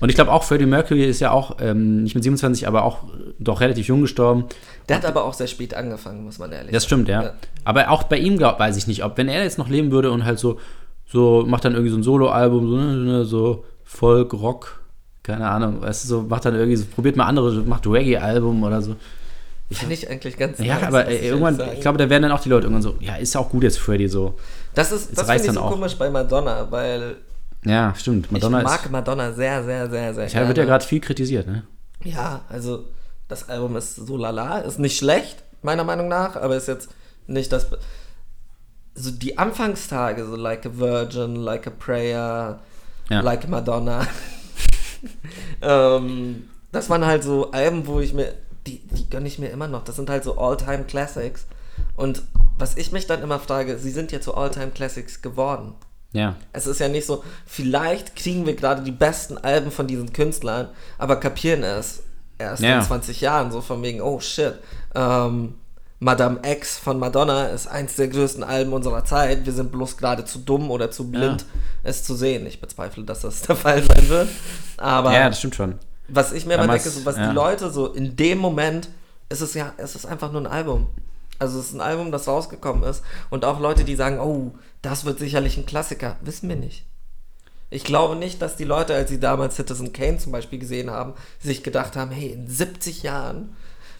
Speaker 1: Und ich glaube auch, Freddie Mercury ist ja auch ähm, nicht mit 27, aber auch äh, doch relativ jung gestorben.
Speaker 2: Der hat aber auch sehr spät angefangen, muss man ehrlich
Speaker 1: Das stimmt, ja.
Speaker 2: Ja.
Speaker 1: Aber auch bei ihm glaub, weiß ich nicht, ob wenn er jetzt noch leben würde und halt so, so macht dann irgendwie so ein Solo-Album, so, ne, ne, so Folk, Rock, keine Ahnung, weißt du, so macht dann irgendwie, so, probiert mal andere, so, macht Reggae-Album oder so.
Speaker 2: sagen. Finde ich eigentlich ganz
Speaker 1: Ja,
Speaker 2: nice,
Speaker 1: aber
Speaker 2: muss
Speaker 1: äh,
Speaker 2: ich
Speaker 1: irgendwann,
Speaker 2: ehrlich sagen.
Speaker 1: ich glaube, da werden dann auch die Leute irgendwann so, ja, ist ja auch gut jetzt Freddy so.
Speaker 2: das ist das
Speaker 1: reicht's
Speaker 2: finde ich so
Speaker 1: dann auch.
Speaker 2: komisch bei Madonna, weil
Speaker 1: Ja, stimmt. Madonna
Speaker 2: ich
Speaker 1: ist.
Speaker 2: mag Madonna sehr, sehr, sehr, sehr
Speaker 1: Ja,
Speaker 2: gerne.
Speaker 1: wird ja gerade viel kritisiert, ne?
Speaker 2: Ja, also das Album ist so lala, ist nicht schlecht, meiner Meinung nach, aber ist jetzt nicht das. Be- So die Anfangstage, so Like a Virgin, Like a Prayer,
Speaker 1: Ja.
Speaker 2: Like Madonna. ähm, das waren halt so Alben, wo ich mir, die, die gönne ich mir immer noch. Das sind halt so All-Time-Classics. Und was ich mich dann immer frage, sie sind ja zu All-Time-Classics geworden.
Speaker 1: Ja.
Speaker 2: Es ist ja nicht so, vielleicht kriegen wir gerade die besten Alben von diesen Künstlern, aber kapieren es erst
Speaker 1: Ja.
Speaker 2: in 20 Jahren, so von wegen, oh shit, ähm, Madame X von Madonna ist eins der größten Alben unserer Zeit, wir sind bloß gerade zu dumm oder zu blind, es zu sehen. Ich bezweifle, dass das der Fall sein wird, aber
Speaker 1: ja, das stimmt schon.
Speaker 2: was ich mir immer
Speaker 1: Damals,
Speaker 2: denke, so, was
Speaker 1: ja.
Speaker 2: die Leute so in dem Moment, ist es ja, es ist einfach nur ein Album. Also es ist ein Album, das rausgekommen ist. Und auch Leute, die sagen, oh, das wird sicherlich ein Klassiker, wissen wir nicht. Ich glaube nicht, dass die Leute, als sie damals Citizen Kane zum Beispiel gesehen haben, sich gedacht haben, hey, in 70 Jahren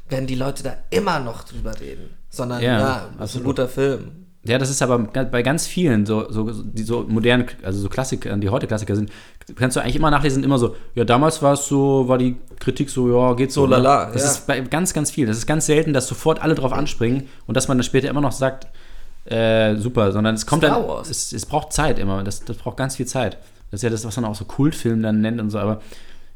Speaker 2: werden die Leute da immer noch drüber reden. Sondern,
Speaker 1: Ja,
Speaker 2: ja, das ist ein
Speaker 1: absolut.
Speaker 2: guter Film.
Speaker 1: Ja, das ist aber ga- bei ganz vielen, so, so, die so modernen, also so Klassikern, die heute Klassiker sind, kannst du eigentlich immer nachlesen, immer so, ja, damals war es so, war die Kritik so, ja, geht so.
Speaker 2: So
Speaker 1: ne?
Speaker 2: lala,
Speaker 1: Das
Speaker 2: ja.
Speaker 1: ist bei ganz, ganz viel. Das ist ganz selten, dass sofort alle drauf anspringen und dass man dann später immer noch sagt, äh, super, sondern es kommt
Speaker 2: Star
Speaker 1: dann,
Speaker 2: Wars.
Speaker 1: es, es braucht Zeit immer, das, das braucht ganz viel Zeit. Das ist ja das, was man auch so Kultfilm dann nennt und so, aber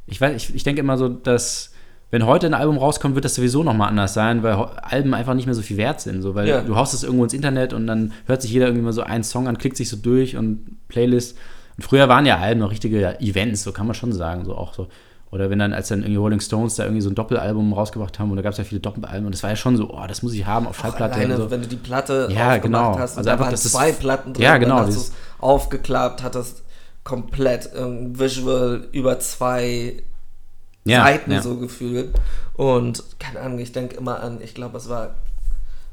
Speaker 1: ich weiß, ich, ich denke immer so, dass wenn heute ein Album rauskommt, wird das sowieso nochmal anders sein, weil ho- Alben einfach nicht mehr so viel wert sind, so, weil
Speaker 2: Ja.
Speaker 1: du haust es irgendwo ins Internet und dann hört sich jeder irgendwie mal so einen Song an, klickt sich so durch und Playlist. Und früher waren ja Alben noch richtige ja, Events, so kann man schon sagen, so auch so. Oder wenn dann, als dann irgendwie Rolling Stones da irgendwie so ein Doppelalbum rausgebracht haben und da gab es ja viele Doppelalben und das war ja schon so, oh, das muss ich haben auf
Speaker 2: Auch
Speaker 1: Schallplatte.
Speaker 2: alleine,
Speaker 1: und so.
Speaker 2: wenn du die Platte
Speaker 1: Ja, genau.
Speaker 2: hast und
Speaker 1: Also
Speaker 2: da
Speaker 1: einfach,
Speaker 2: waren
Speaker 1: das ist-
Speaker 2: zwei Platten drin,
Speaker 1: Ja, genau,
Speaker 2: dann hast du
Speaker 1: dieses-
Speaker 2: es aufgeklappt, hattest komplett ein Visual über zwei
Speaker 1: ja,
Speaker 2: Seiten
Speaker 1: ja.
Speaker 2: so gefühlt und keine Ahnung, ich denke immer an, ich glaube es war,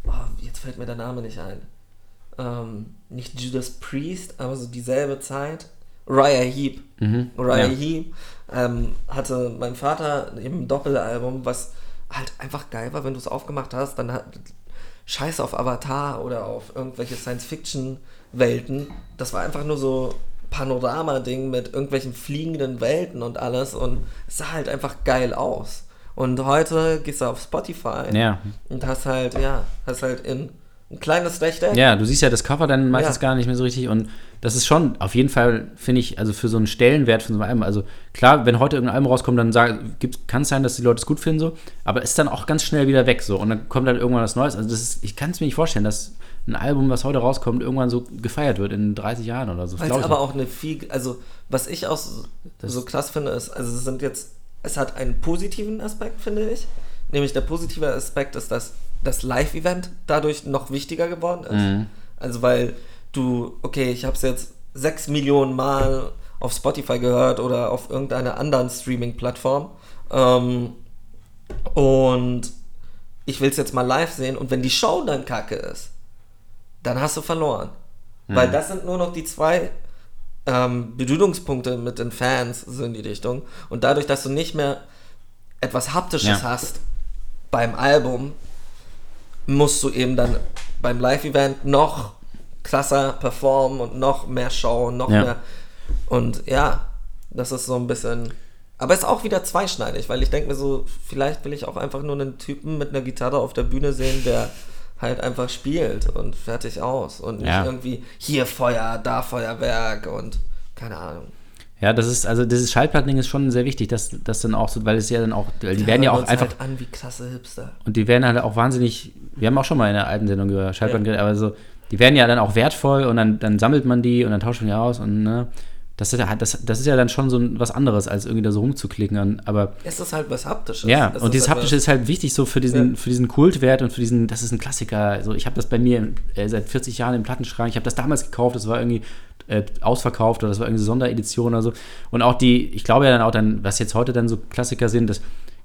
Speaker 2: oh, jetzt fällt mir der Name nicht ein, ähm, nicht Judas Priest, aber so dieselbe Zeit, Raya Heep,
Speaker 1: Mhm.
Speaker 2: Raya
Speaker 1: Ja.
Speaker 2: Heep ähm, hatte mein Vater eben ein Doppelalbum, was halt einfach geil war, wenn du es aufgemacht hast, dann hat Scheiß auf Avatar oder auf irgendwelche Science-Fiction-Welten. Das war einfach nur so Panorama-Ding mit irgendwelchen fliegenden Welten und alles und es sah halt einfach geil aus. Und heute gehst du auf Spotify
Speaker 1: Ja.
Speaker 2: und hast halt, ja, hast halt in ein kleines Rechteck.
Speaker 1: Ja, du siehst ja das Cover dann meistens
Speaker 2: Ja.
Speaker 1: gar nicht mehr so richtig und das ist schon auf jeden Fall, finde ich, also für so einen Stellenwert von so einem Album. Also klar, wenn heute irgendein Album rauskommt, dann sag- gibt's- kann es sein, dass die Leute es gut finden so, aber ist dann auch ganz schnell wieder weg so und dann kommt dann irgendwann was Neues. Also das ist, ich kann es mir nicht vorstellen, dass ein Album, was heute rauskommt, irgendwann so gefeiert wird in 30 Jahren oder so. Das
Speaker 2: Weil
Speaker 1: glaub
Speaker 2: es
Speaker 1: ich
Speaker 2: aber
Speaker 1: nicht.
Speaker 2: auch eine viel, also was ich auch so, so krass finde, ist, also es sind jetzt, es hat einen positiven Aspekt, finde ich. Nämlich der positive Aspekt ist, dass das Live-Event dadurch noch wichtiger geworden ist. Also weil du, okay, ich habe es jetzt sechs Millionen Mal auf Spotify gehört oder auf irgendeiner anderen Streaming-Plattform. Ähm, und ich will es jetzt mal live sehen. Und wenn die Show dann kacke ist, dann hast du verloren.
Speaker 1: Hm.
Speaker 2: Weil das sind nur noch die zwei ähm, Berührungspunkte mit den Fans, so in die Richtung. Und dadurch, dass du nicht mehr etwas Haptisches
Speaker 1: Ja.
Speaker 2: hast beim Album, musst du eben dann beim Live-Event noch krasser performen und noch mehr schauen, noch
Speaker 1: Ja.
Speaker 2: mehr. Und ja, das ist so ein bisschen. Aber ist auch wieder zweischneidig, weil ich denke mir so, vielleicht will ich auch einfach nur einen Typen mit einer Gitarre auf der Bühne sehen, der halt einfach spielt und fertig aus. Und nicht
Speaker 1: Ja.
Speaker 2: irgendwie hier Feuer, da Feuerwerk und keine Ahnung.
Speaker 1: ja, das ist, also dieses Schallplattending ist schon sehr wichtig, dass das dann auch so, weil es ja dann auch, weil die werden ja
Speaker 2: hören
Speaker 1: auch
Speaker 2: uns
Speaker 1: einfach
Speaker 2: Halt an wie krasse Hipster.
Speaker 1: Und die werden halt auch wahnsinnig, wir haben auch schon mal in der alten Sendung über Schallplatten geredet, aber so, die werden ja dann auch wertvoll und dann, dann sammelt man die und dann tauscht man die aus und ne, das ist ja, das, das ist ja dann schon so ein, was anderes, als irgendwie da so rumzuklicken. Und, aber
Speaker 2: Es ist halt was Haptisches.
Speaker 1: ja,
Speaker 2: es
Speaker 1: und dieses Haptische
Speaker 2: etwas-
Speaker 1: ist halt wichtig so für diesen,
Speaker 2: Ja.
Speaker 1: für diesen Kultwert und für diesen, das ist ein Klassiker. Also ich habe das bei mir äh, seit 40 Jahren im Plattenschrank, ich habe das damals gekauft, das war irgendwie äh, ausverkauft oder das war irgendwie Sonderedition oder so. Und auch die, ich glaube ja dann auch dann, was jetzt heute dann so Klassiker sind, das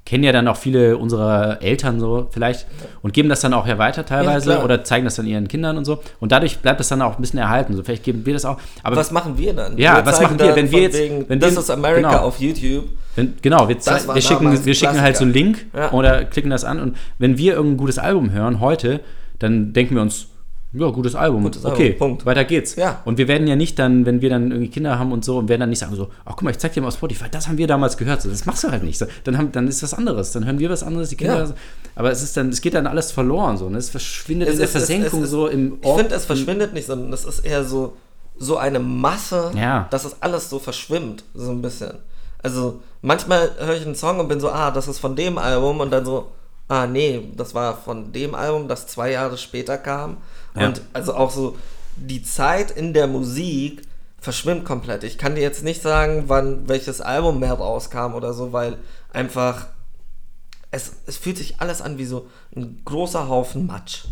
Speaker 1: kennen ja dann auch viele unserer Eltern so vielleicht und geben das dann auch ja weiter teilweise
Speaker 2: klar.
Speaker 1: oder zeigen das dann ihren Kindern und so. Und dadurch bleibt das dann auch ein bisschen erhalten. So vielleicht geben wir das auch. Aber
Speaker 2: Was machen wir dann?
Speaker 1: Ja,
Speaker 2: wir
Speaker 1: was
Speaker 2: zeigen
Speaker 1: machen wir,
Speaker 2: dann
Speaker 1: wenn wir
Speaker 2: von
Speaker 1: jetzt-
Speaker 2: Wegen,
Speaker 1: wenn
Speaker 2: das
Speaker 1: wir-
Speaker 2: ist America
Speaker 1: genau.
Speaker 2: auf YouTube.
Speaker 1: Wenn, genau, wir,
Speaker 2: Das war
Speaker 1: wir,
Speaker 2: damals
Speaker 1: schicken, wir schicken halt so einen Link
Speaker 2: Ja.
Speaker 1: oder klicken das an und wenn wir irgendein gutes Album hören heute, dann denken wir uns, ja, gutes Album,
Speaker 2: Gutes Album,
Speaker 1: okay,
Speaker 2: Punkt.
Speaker 1: weiter geht's.
Speaker 2: Ja.
Speaker 1: Und wir werden ja nicht dann, wenn wir dann irgendwie Kinder haben und so, und werden dann nicht sagen so, ach guck mal, ich zeig dir mal auf Spotify, das haben wir damals gehört, so, das machst du halt nicht. So, dann, haben, dann ist was anderes, dann hören wir was anderes, die Kinder.
Speaker 2: Ja.
Speaker 1: so. Aber es ist dann, es geht dann alles verloren so, ne? es verschwindet
Speaker 2: Es
Speaker 1: in der
Speaker 2: ist- es-
Speaker 1: Versenkung
Speaker 2: es ist-
Speaker 1: so im
Speaker 2: Ich finde, es
Speaker 1: im-
Speaker 2: verschwindet nicht, sondern es ist eher so, so eine Masse,
Speaker 1: Ja.
Speaker 2: dass es alles so verschwimmt, so ein bisschen. Also manchmal höre ich einen Song und bin so, ah, das ist von dem Album und dann so, ah, nee, das war von dem Album, das zwei Jahre später kam.
Speaker 1: Ja.
Speaker 2: Und also auch so, die Zeit in der Musik verschwimmt komplett. Ich kann dir jetzt nicht sagen, wann welches Album mehr rauskam oder so, weil einfach es, es fühlt sich alles an wie so ein großer Haufen Matsch.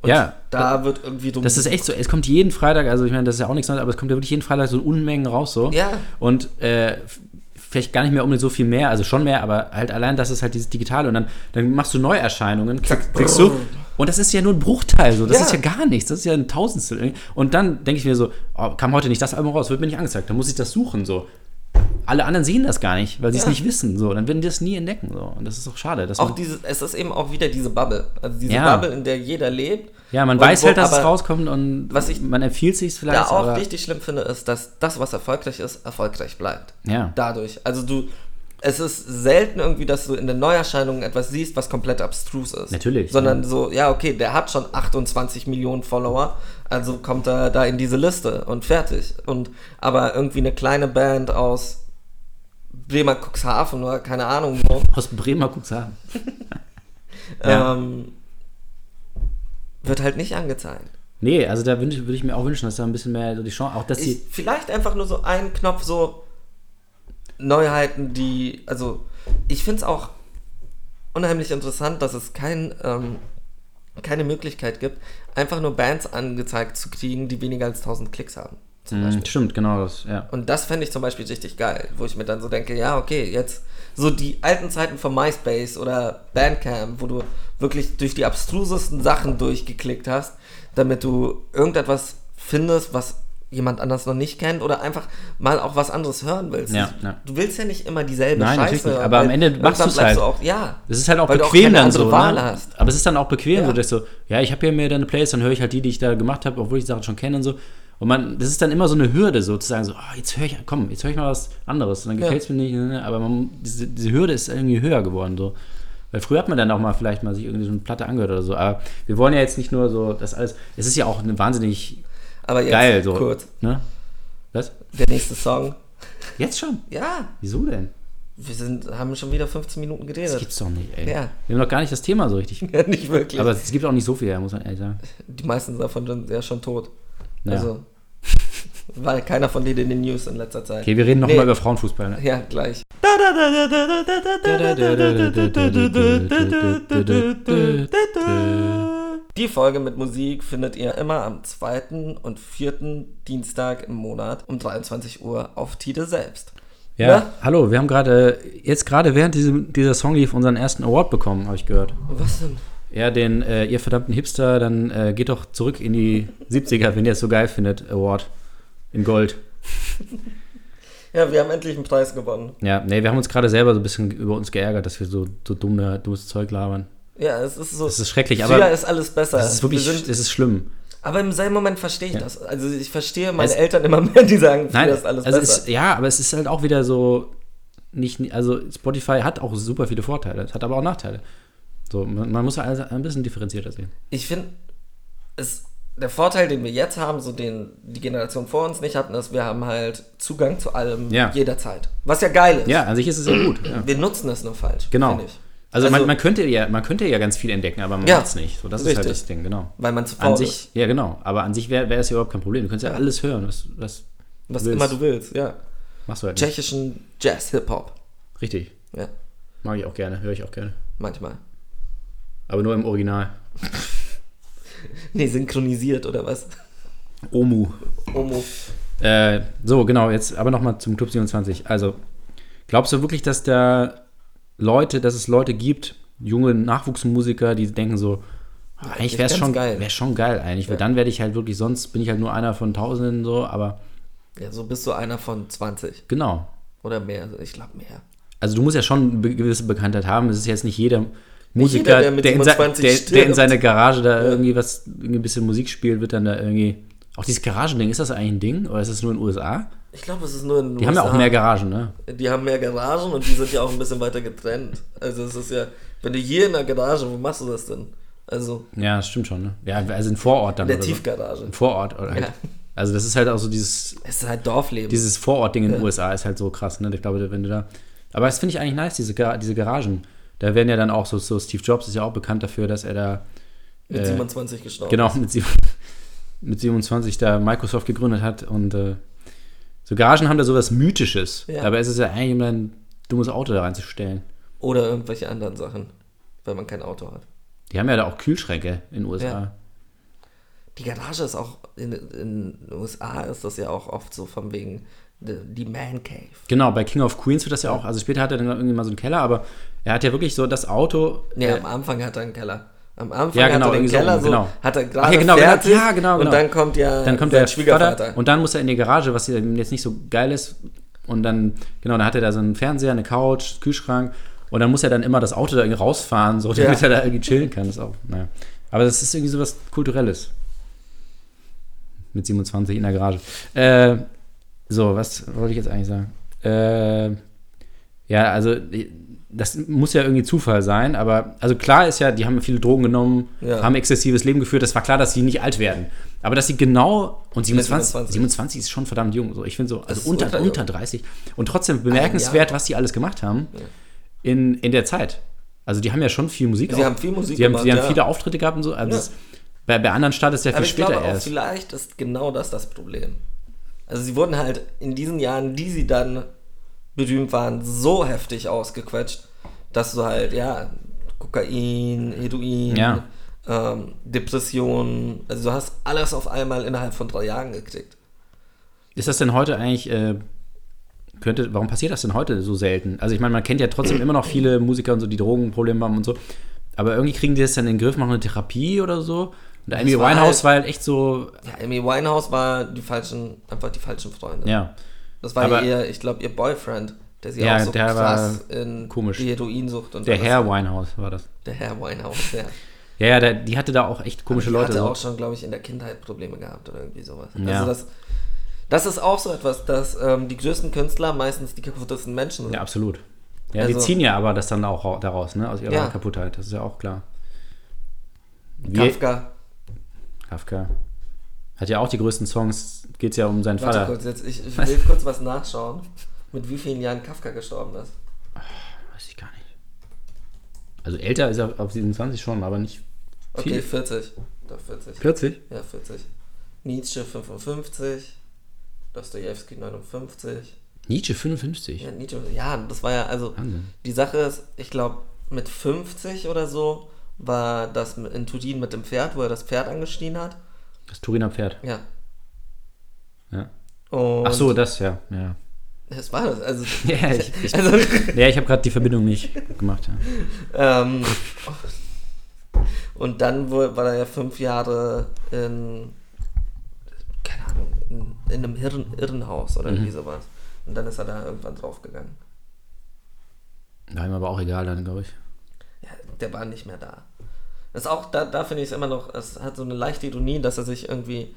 Speaker 2: Und
Speaker 1: Ja.
Speaker 2: da wird irgendwie drum.
Speaker 1: Das ist echt so, es kommt jeden Freitag, also ich meine, das ist ja auch nichts Neues, aber es kommt ja wirklich jeden Freitag so Unmengen raus so.
Speaker 2: Ja.
Speaker 1: Und äh, f- vielleicht gar nicht mehr unbedingt so viel mehr, also schon mehr, aber halt allein das ist halt dieses Digitale und dann, dann machst du Neuerscheinungen, kriegst, kriegst du. Und das ist ja nur ein Bruchteil so, das
Speaker 2: Ja.
Speaker 1: ist ja gar nichts, das ist ja ein Tausendstel. Und dann denke ich mir so, oh, kam heute nicht das Album raus, wird mir nicht angezeigt, dann muss ich das suchen so. Alle anderen sehen das gar nicht, weil sie es
Speaker 2: Ja.
Speaker 1: nicht wissen so, dann werden die das nie entdecken so. Und das ist auch schade. Dass
Speaker 2: auch
Speaker 1: man,
Speaker 2: dieses, es ist eben auch wieder diese Bubble. Also diese
Speaker 1: Ja.
Speaker 2: Bubble, in der jeder lebt.
Speaker 1: ja, man
Speaker 2: Und
Speaker 1: weiß
Speaker 2: wo-
Speaker 1: halt, dass es
Speaker 2: aber
Speaker 1: rauskommt und
Speaker 2: was ich
Speaker 1: man empfiehlt sich vielleicht.
Speaker 2: Da auch
Speaker 1: aber,
Speaker 2: richtig schlimm finde, ist, dass das, was erfolgreich ist, erfolgreich bleibt.
Speaker 1: Ja.
Speaker 2: Dadurch. Also du, es ist selten irgendwie, dass du in den Neuerscheinungen etwas siehst, was komplett abstrus ist.
Speaker 1: Natürlich,
Speaker 2: Sondern
Speaker 1: ja.
Speaker 2: so, ja, okay, der hat schon 28 Millionen Follower, also kommt er da in diese Liste und fertig. Und aber irgendwie eine kleine Band aus Bremer Cuxhaven oder keine Ahnung wo,
Speaker 1: Aus Bremer Cuxhaven. Ja.
Speaker 2: ähm, wird halt nicht angezeigt.
Speaker 1: Nee, also da würde ich, würd ich mir auch wünschen, dass da ein bisschen mehr so die Chance, auch dass
Speaker 2: ich,
Speaker 1: die,
Speaker 2: vielleicht einfach nur so einen Knopf, so Neuheiten, die, also ich finde es auch unheimlich interessant, dass es kein, ähm, keine Möglichkeit gibt, einfach nur Bands angezeigt zu kriegen, die weniger als 1000 Klicks haben. Zum Beispiel.
Speaker 1: mh, stimmt, genau das, ja.
Speaker 2: Und das fände ich zum Beispiel richtig geil, wo ich mir dann so denke, ja, okay, jetzt so die alten Zeiten von MySpace oder Bandcamp, wo du wirklich durch die abstrusesten Sachen durchgeklickt hast, damit du irgendetwas findest, was jemand anders noch nicht kennt oder einfach mal auch was anderes hören willst.
Speaker 1: Ja, ja.
Speaker 2: Du willst ja nicht immer dieselbe
Speaker 1: Nein,
Speaker 2: Scheiße.
Speaker 1: natürlich nicht,
Speaker 2: hören,
Speaker 1: aber am
Speaker 2: weil
Speaker 1: Ende machst
Speaker 2: irgendwann
Speaker 1: du's
Speaker 2: bleibst
Speaker 1: halt.
Speaker 2: Du auch, ja.
Speaker 1: Das ist halt auch
Speaker 2: Weil du auch
Speaker 1: bequem
Speaker 2: keine
Speaker 1: dann
Speaker 2: andere
Speaker 1: so.
Speaker 2: Wahl
Speaker 1: Ne?
Speaker 2: hast.
Speaker 1: Aber es ist dann auch bequem,
Speaker 2: Ja.
Speaker 1: so dass so, ja, ich habe hier mir deine Playlist, dann höre ich halt die, die ich da gemacht habe, obwohl ich die Sachen schon kenne und so. Und man, das ist dann immer so eine Hürde, so zu sagen, so, ah, jetzt höre ich, komm, jetzt höre ich mal was anderes. Und dann
Speaker 2: Ja.
Speaker 1: gefällt es mir nicht, ne, aber man, diese, diese Hürde ist irgendwie höher geworden, so. Weil früher hat man dann auch mal vielleicht mal sich irgendwie so eine Platte angehört oder so. Aber wir wollen ja jetzt nicht nur so, das alles, es ist ja auch eine wahnsinnig
Speaker 2: Aber jetzt
Speaker 1: geil, so.
Speaker 2: kurz,
Speaker 1: Ne? Was?
Speaker 2: der nächste Song.
Speaker 1: Jetzt schon?
Speaker 2: Ja,
Speaker 1: Wieso denn?
Speaker 2: wir sind, haben schon wieder 15 Minuten
Speaker 1: Das
Speaker 2: geredet.
Speaker 1: gibt's doch nicht, ey.
Speaker 2: Ja.
Speaker 1: Wir haben doch gar nicht das Thema so richtig.
Speaker 2: nicht wirklich.
Speaker 1: Aber es gibt auch nicht so viel, muss man ehrlich sagen.
Speaker 2: die meisten davon sind ja schon tot.
Speaker 1: Naja.
Speaker 2: Also, war keiner von denen in den News in letzter Zeit.
Speaker 1: Okay, wir reden nochmal
Speaker 2: Nee.
Speaker 1: mal über Frauenfußball. Ne?
Speaker 2: Ja, gleich. Die Folge mit Musik findet ihr immer am zweiten und vierten Dienstag im Monat um 23 Uhr auf Tide selbst.
Speaker 1: Ja,
Speaker 2: Ne?
Speaker 1: hallo, wir haben gerade, äh, jetzt gerade während diesem, dieser Song lief, unseren ersten Award bekommen, habe ich gehört.
Speaker 2: Was denn?
Speaker 1: Ja, den, äh, ihr verdammten Hipster, dann äh, geht doch zurück in die 70er, wenn ihr es so geil findet, Award. In Gold.
Speaker 2: Ja, wir haben endlich einen Preis gewonnen.
Speaker 1: Ja, nee, wir haben uns gerade selber so ein bisschen über uns geärgert, dass wir so, so dumme, dummes Zeug labern.
Speaker 2: Ja, es ist so.
Speaker 1: Das ist schrecklich,
Speaker 2: früher
Speaker 1: aber
Speaker 2: ist alles besser.
Speaker 1: das ist wirklich,
Speaker 2: Wir sind,
Speaker 1: das ist schlimm.
Speaker 2: aber im selben Moment verstehe ich das. Also ich verstehe meine
Speaker 1: Es-
Speaker 2: Eltern immer mehr, die sagen, früher
Speaker 1: Nein,
Speaker 2: ist alles
Speaker 1: also
Speaker 2: besser.
Speaker 1: Es, ja, aber es ist halt auch wieder so nicht, also Spotify hat auch super viele Vorteile, es hat aber auch Nachteile. So, man, man muss alles ein bisschen differenzierter sehen.
Speaker 2: ich finde, es der Vorteil, den wir jetzt haben, so den die Generation vor uns nicht hatten, ist, wir haben halt Zugang zu allem
Speaker 1: Ja.
Speaker 2: jederzeit. Was ja geil ist.
Speaker 1: Ja, an sich ist es ja gut. Ja.
Speaker 2: Wir nutzen es nur falsch.
Speaker 1: Genau.
Speaker 2: find Ich.
Speaker 1: Also, man,
Speaker 2: Also-
Speaker 1: man könnte ja, man könnte ja ganz viel entdecken, aber man
Speaker 2: Ja.
Speaker 1: macht's nicht. So, das ist halt
Speaker 2: Richtig.
Speaker 1: das Ding, genau.
Speaker 2: Weil man zu faul
Speaker 1: An
Speaker 2: ist.
Speaker 1: sich, ja genau. Aber an sich wäre wär es ja überhaupt kein Problem. Du könntest ja, alles hören. Das, das
Speaker 2: Was
Speaker 1: willst.
Speaker 2: immer du willst, ja.
Speaker 1: machst du halt nicht.
Speaker 2: Tschechischen Jazz-Hip-Hop.
Speaker 1: Richtig.
Speaker 2: Ja,
Speaker 1: Mag ich auch gerne, höre ich auch gerne.
Speaker 2: manchmal.
Speaker 1: Aber nur im Original.
Speaker 2: Nee, synchronisiert oder was?
Speaker 1: Omu.
Speaker 2: Omo.
Speaker 1: Äh, so, genau, jetzt aber nochmal zum Club 27. Also, glaubst du wirklich, dass da Leute, dass es Leute gibt, junge Nachwuchsmusiker, die denken so, "Ah, eigentlich wäre es
Speaker 2: ganz
Speaker 1: schon
Speaker 2: geil."
Speaker 1: geil. Wär schon geil eigentlich, weil
Speaker 2: Ja.
Speaker 1: dann werde ich halt wirklich, sonst bin ich halt nur einer von Tausenden so, aber
Speaker 2: Ja, so bist du einer von 20
Speaker 1: genau.
Speaker 2: oder mehr. Also Ich glaube mehr.
Speaker 1: Also du musst ja schon eine be- gewisse Bekanntheit haben. Es ist jetzt nicht jeder Musiker,
Speaker 2: jeder, der
Speaker 1: der,
Speaker 2: mit
Speaker 1: in sein-
Speaker 2: 27
Speaker 1: der, der in
Speaker 2: stirbt.
Speaker 1: seine Garage da irgendwie was, irgendwie ein bisschen Musik spielt, wird dann da irgendwie. Auch dieses Garagending, ist das eigentlich ein Ding oder ist das nur in den USA?
Speaker 2: Ich glaube, es ist nur in
Speaker 1: Die haben ja auch mehr Garagen, ne?
Speaker 2: Die haben mehr Garagen und die sind ja auch ein bisschen weiter getrennt. Also es ist ja, wenn du hier in der Garage, wo machst du das denn? Also
Speaker 1: Ja, das stimmt schon. Ne? Ja, also ein Vorort dann.
Speaker 2: in der
Speaker 1: oder so.
Speaker 2: Tiefgarage.
Speaker 1: Ein Vorort oder halt.
Speaker 2: Ja.
Speaker 1: Also das ist halt auch so dieses,
Speaker 2: Es ist halt Dorfleben.
Speaker 1: dieses Vorortding in den USA ist halt so krass, ne? Ich glaube, wenn du da. Aber das finde ich eigentlich nice, diese, Gar- diese Garagen. Da werden ja dann auch so, so Steve Jobs ist ja auch bekannt dafür, dass er da
Speaker 2: mit
Speaker 1: äh,
Speaker 2: 27 gestorben.
Speaker 1: genau mit, sieb- mit 27 da Microsoft gegründet hat und äh, so Garagen haben da sowas Mythisches.
Speaker 2: Ja.
Speaker 1: Dabei ist es ja eigentlich immer ein dummes Auto da reinzustellen.
Speaker 2: Oder irgendwelche anderen Sachen, weil man kein Auto hat.
Speaker 1: Die haben ja da auch Kühlschränke in den USA.
Speaker 2: Ja. Die Garage ist auch, in, in den USA ist das ja auch oft so von wegen die, die Man Cave.
Speaker 1: Genau, bei King of Queens wird das ja auch. Also später hat er dann irgendwie mal so einen Keller, aber er hat ja wirklich so das Auto.
Speaker 2: Nee,
Speaker 1: äh,
Speaker 2: am Anfang hat er einen Keller. Am Anfang
Speaker 1: Ja,
Speaker 2: hat
Speaker 1: genau,
Speaker 2: er den
Speaker 1: irgendwie so
Speaker 2: Keller,
Speaker 1: rum,
Speaker 2: so,
Speaker 1: genau.
Speaker 2: hat er
Speaker 1: Ach
Speaker 2: gerade
Speaker 1: ja, genau, genau,
Speaker 2: fertig
Speaker 1: ja, genau, genau.
Speaker 2: und dann kommt ja
Speaker 1: dann kommt
Speaker 2: sein
Speaker 1: der
Speaker 2: Schwiegervater.
Speaker 1: Vater und dann muss er in die Garage, was ihm jetzt nicht so geil ist. Und dann, genau, dann hat er da so einen Fernseher, eine Couch, Kühlschrank. Und dann muss er dann immer das Auto da irgendwie rausfahren, so, damit
Speaker 2: Ja.
Speaker 1: er da irgendwie chillen kann. Das ist auch, naja. Aber das ist irgendwie so was Kulturelles. Mit 27 in der Garage. Äh, so, was wollte ich jetzt eigentlich sagen? Äh, ja, also das muss ja irgendwie Zufall sein, aber also klar ist ja, die haben viele Drogen genommen,
Speaker 2: Ja.
Speaker 1: haben exzessives Leben geführt, das war klar, dass sie nicht alt werden. Aber dass sie genau, und 27,
Speaker 2: 27.
Speaker 1: 27. ist schon verdammt jung, so ich finde so,
Speaker 2: ist
Speaker 1: also unter,
Speaker 2: ultra
Speaker 1: unter,
Speaker 2: jung.
Speaker 1: 30 und trotzdem bemerkenswert, was die alles gemacht haben in, in der Zeit. Also die haben ja schon viel Musik
Speaker 2: Sie haben viel Musik
Speaker 1: sie haben,
Speaker 2: gemacht,
Speaker 1: sie haben
Speaker 2: ja.
Speaker 1: viele Auftritte gehabt und so, also
Speaker 2: Ja.
Speaker 1: das, bei, bei anderen Staaten ist ja viel
Speaker 2: Aber ich
Speaker 1: später
Speaker 2: glaube auch,
Speaker 1: erst.
Speaker 2: vielleicht ist genau das das Problem. Also sie wurden halt in diesen Jahren, die sie dann berühmt waren, so heftig ausgequetscht, dass du halt, ja, Kokain, Heroin,
Speaker 1: Ja.
Speaker 2: ähm, Depressionen, also du hast alles auf einmal innerhalb von drei Jahren gekriegt.
Speaker 1: Ist das denn heute eigentlich, äh, könnte, warum passiert das denn heute so selten? Also ich meine, man kennt ja trotzdem immer noch viele Musiker und so, die Drogenprobleme haben und so. Aber irgendwie kriegen die das dann in den Griff, machen eine Therapie oder so. Und Amy
Speaker 2: war
Speaker 1: Winehouse
Speaker 2: halt-
Speaker 1: war halt echt so,
Speaker 2: Ja, Amy Winehouse war die falschen, einfach die falschen Freunde.
Speaker 1: ja,
Speaker 2: Das war
Speaker 1: Aber-
Speaker 2: ihr, ich glaube, ihr Boyfriend, der sie
Speaker 1: Ja,
Speaker 2: auch so
Speaker 1: der war
Speaker 2: krass in
Speaker 1: komisch.
Speaker 2: die Heroinsucht und
Speaker 1: der
Speaker 2: alles-
Speaker 1: Herr Winehouse war das.
Speaker 2: Der Herr Winehouse, ja.
Speaker 1: Ja, ja, der, die hatte da auch echt komische
Speaker 2: Die
Speaker 1: Leute.
Speaker 2: hatte
Speaker 1: so.
Speaker 2: auch schon, glaube ich, in der Kindheit Probleme gehabt oder irgendwie sowas.
Speaker 1: Ja.
Speaker 2: Also das, das ist auch so etwas, dass ähm, die größten Künstler meistens die kaputtesten Menschen sind.
Speaker 1: Ja, absolut. Ja, die
Speaker 2: Also-
Speaker 1: ziehen ja aber das dann auch ra- daraus, ne? Aus ihrer
Speaker 2: Ja.
Speaker 1: Kaputtheit, das ist ja auch klar. Wir,
Speaker 2: Kafka,
Speaker 1: Kafka. Hat ja auch die größten Songs, geht's ja um seinen
Speaker 2: warte
Speaker 1: Vater.
Speaker 2: kurz, jetzt, ich, ich
Speaker 1: Was?
Speaker 2: will kurz was nachschauen, mit wie vielen Jahren Kafka gestorben ist.
Speaker 1: Weiß ich gar nicht. Also älter ist er auf 27 schon, aber nicht
Speaker 2: Okay,
Speaker 1: viel.
Speaker 2: 40. Doch 40.
Speaker 1: 40?
Speaker 2: Ja, 40. Nietzsche 55. Dostoevsky 59.
Speaker 1: Nietzsche 55.
Speaker 2: Ja, Nietzsche, ja, das war ja, also
Speaker 1: Wahnsinn.
Speaker 2: die Sache ist, ich glaube, mit 50 oder so war das in Turin mit dem Pferd, wo er das Pferd angeschrien hat.
Speaker 1: Das Turiner Pferd.
Speaker 2: Ja.
Speaker 1: Ja.
Speaker 2: Und
Speaker 1: Ach so, das, ja. Ja,
Speaker 2: Das war das. Also,
Speaker 1: ja ich, ich,
Speaker 2: also
Speaker 1: ja, ich habe gerade die Verbindung nicht gemacht. Ja.
Speaker 2: ähm, und dann wo- war er ja fünf Jahre in, keine Ahnung, in, in einem Hirn, Irrenhaus oder
Speaker 1: Mhm.
Speaker 2: irgendwie sowas. Und dann ist er da irgendwann draufgegangen.
Speaker 1: War ihm aber auch egal dann, glaube ich.
Speaker 2: Ja, der war nicht mehr da. Das ist auch, da, da finde ich es immer noch, es hat so eine leichte Ironie, dass er sich irgendwie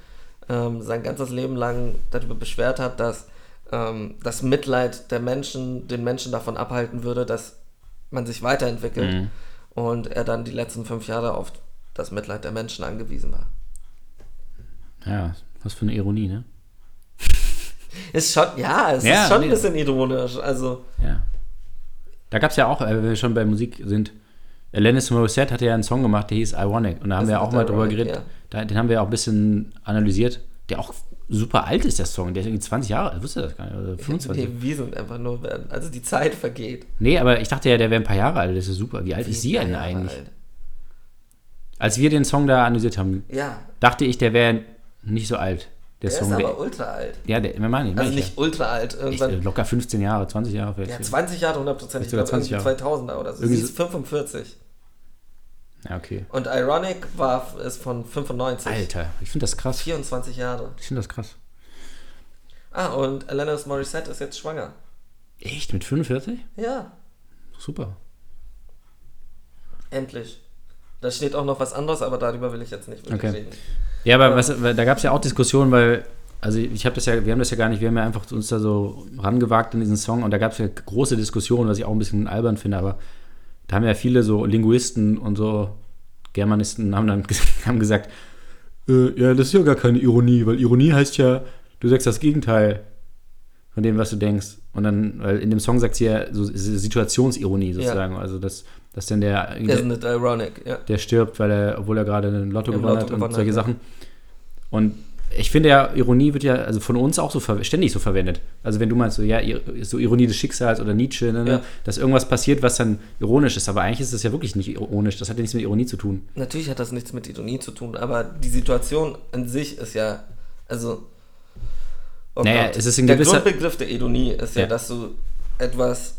Speaker 2: ähm, sein ganzes Leben lang darüber beschwert hat, dass ähm, das Mitleid der Menschen den Menschen davon abhalten würde, dass man sich weiterentwickelt
Speaker 1: Mhm.
Speaker 2: und er dann die letzten fünf Jahre auf das Mitleid der Menschen angewiesen war.
Speaker 1: Ja, was für eine Ironie, ne?
Speaker 2: Ist schon, ja, es
Speaker 1: Ja,
Speaker 2: ist schon
Speaker 1: nee.
Speaker 2: ein bisschen ironisch. Also,
Speaker 1: Ja. Da gab es ja auch, äh, wenn wir schon bei Musik sind, Alanis Morissette hatte ja einen Song gemacht, der hieß Ironic. Und da haben
Speaker 2: Das
Speaker 1: wir
Speaker 2: ist
Speaker 1: auch mal
Speaker 2: mit
Speaker 1: drüber
Speaker 2: Ironic,
Speaker 1: geredet. Da, den haben wir auch ein bisschen analysiert. Der auch super alt ist, der Song. Der ist irgendwie 20 Jahre alt. Ich wusste das gar nicht. Also Oder 25.
Speaker 2: nee, wir sind einfach nur, also die Zeit vergeht.
Speaker 1: Nee, aber ich dachte ja, der wäre ein paar Jahre alt. Das ist super. Wie alt ist sie denn
Speaker 2: Jahre
Speaker 1: eigentlich?
Speaker 2: alt.
Speaker 1: Als wir den Song da analysiert haben,
Speaker 2: Ja,
Speaker 1: dachte ich, der wäre nicht so alt. Der,
Speaker 2: er
Speaker 1: Song.
Speaker 2: ist aber
Speaker 1: der,
Speaker 2: ultra alt.
Speaker 1: ja, der, meine ich, meine
Speaker 2: Also
Speaker 1: ich
Speaker 2: nicht ultra alt,
Speaker 1: ja. ich, äh,
Speaker 2: irgendwann.
Speaker 1: locker 15 Jahre, 20 Jahre vielleicht.
Speaker 2: Ja,
Speaker 1: Ja,
Speaker 2: 20 Jahre hundertprozentig. Ich
Speaker 1: Sogar
Speaker 2: glaube, irgendwie
Speaker 1: 20
Speaker 2: 2000er oder so.
Speaker 1: Irgendwie
Speaker 2: Sie ist 45.
Speaker 1: okay.
Speaker 2: Und Ironic war, ist von 95.
Speaker 1: Alter, ich finde das krass.
Speaker 2: 24 Jahre.
Speaker 1: Ich finde das krass.
Speaker 2: Ah, und Alanis Morissette ist jetzt schwanger.
Speaker 1: Echt? Mit 45?
Speaker 2: Ja,
Speaker 1: Super.
Speaker 2: endlich. Da steht auch noch was anderes, aber darüber will ich jetzt nicht wirklich
Speaker 1: Okay.
Speaker 2: reden.
Speaker 1: Ja, aber was, weil da gab es ja auch Diskussionen, weil, also ich habe das ja, wir haben das ja gar nicht, wir haben ja einfach uns da so rangewagt in diesen Song und da gab es ja große Diskussionen, was ich auch ein bisschen albern finde, aber da haben ja viele so Linguisten und so Germanisten haben dann ges- haben gesagt, äh, ja, das ist ja gar keine Ironie, weil Ironie heißt ja, du sagst das Gegenteil von dem, was du denkst. Und dann, weil in dem Song sagt sie ja so es ist Situationsironie sozusagen. Also, dass, dass denn der,
Speaker 2: Isn't it ironic? Ja.
Speaker 1: der stirbt, weil er, obwohl er gerade einen Lotto
Speaker 2: Im
Speaker 1: gewonnen
Speaker 2: Lotto
Speaker 1: hat
Speaker 2: gewonnen
Speaker 1: und
Speaker 2: hat,
Speaker 1: solche
Speaker 2: ja.
Speaker 1: Sachen. Und ich finde ja, Ironie wird ja also von uns auch so ver- ständig so verwendet. Also wenn du meinst, so ja, ir- so Ironie des Schicksals oder Nietzsche, ne, ne,
Speaker 2: Ja.
Speaker 1: dass irgendwas passiert, was dann ironisch ist. Aber eigentlich ist es ja wirklich nicht ironisch. Das hat ja nichts mit Ironie zu tun.
Speaker 2: Natürlich hat das nichts mit Ironie zu tun, aber die Situation an sich ist ja, also. Oh
Speaker 1: Naja, es ist in
Speaker 2: der
Speaker 1: gewisser-
Speaker 2: Grundbegriff der Ironie ist ja,
Speaker 1: Ja.
Speaker 2: dass du etwas,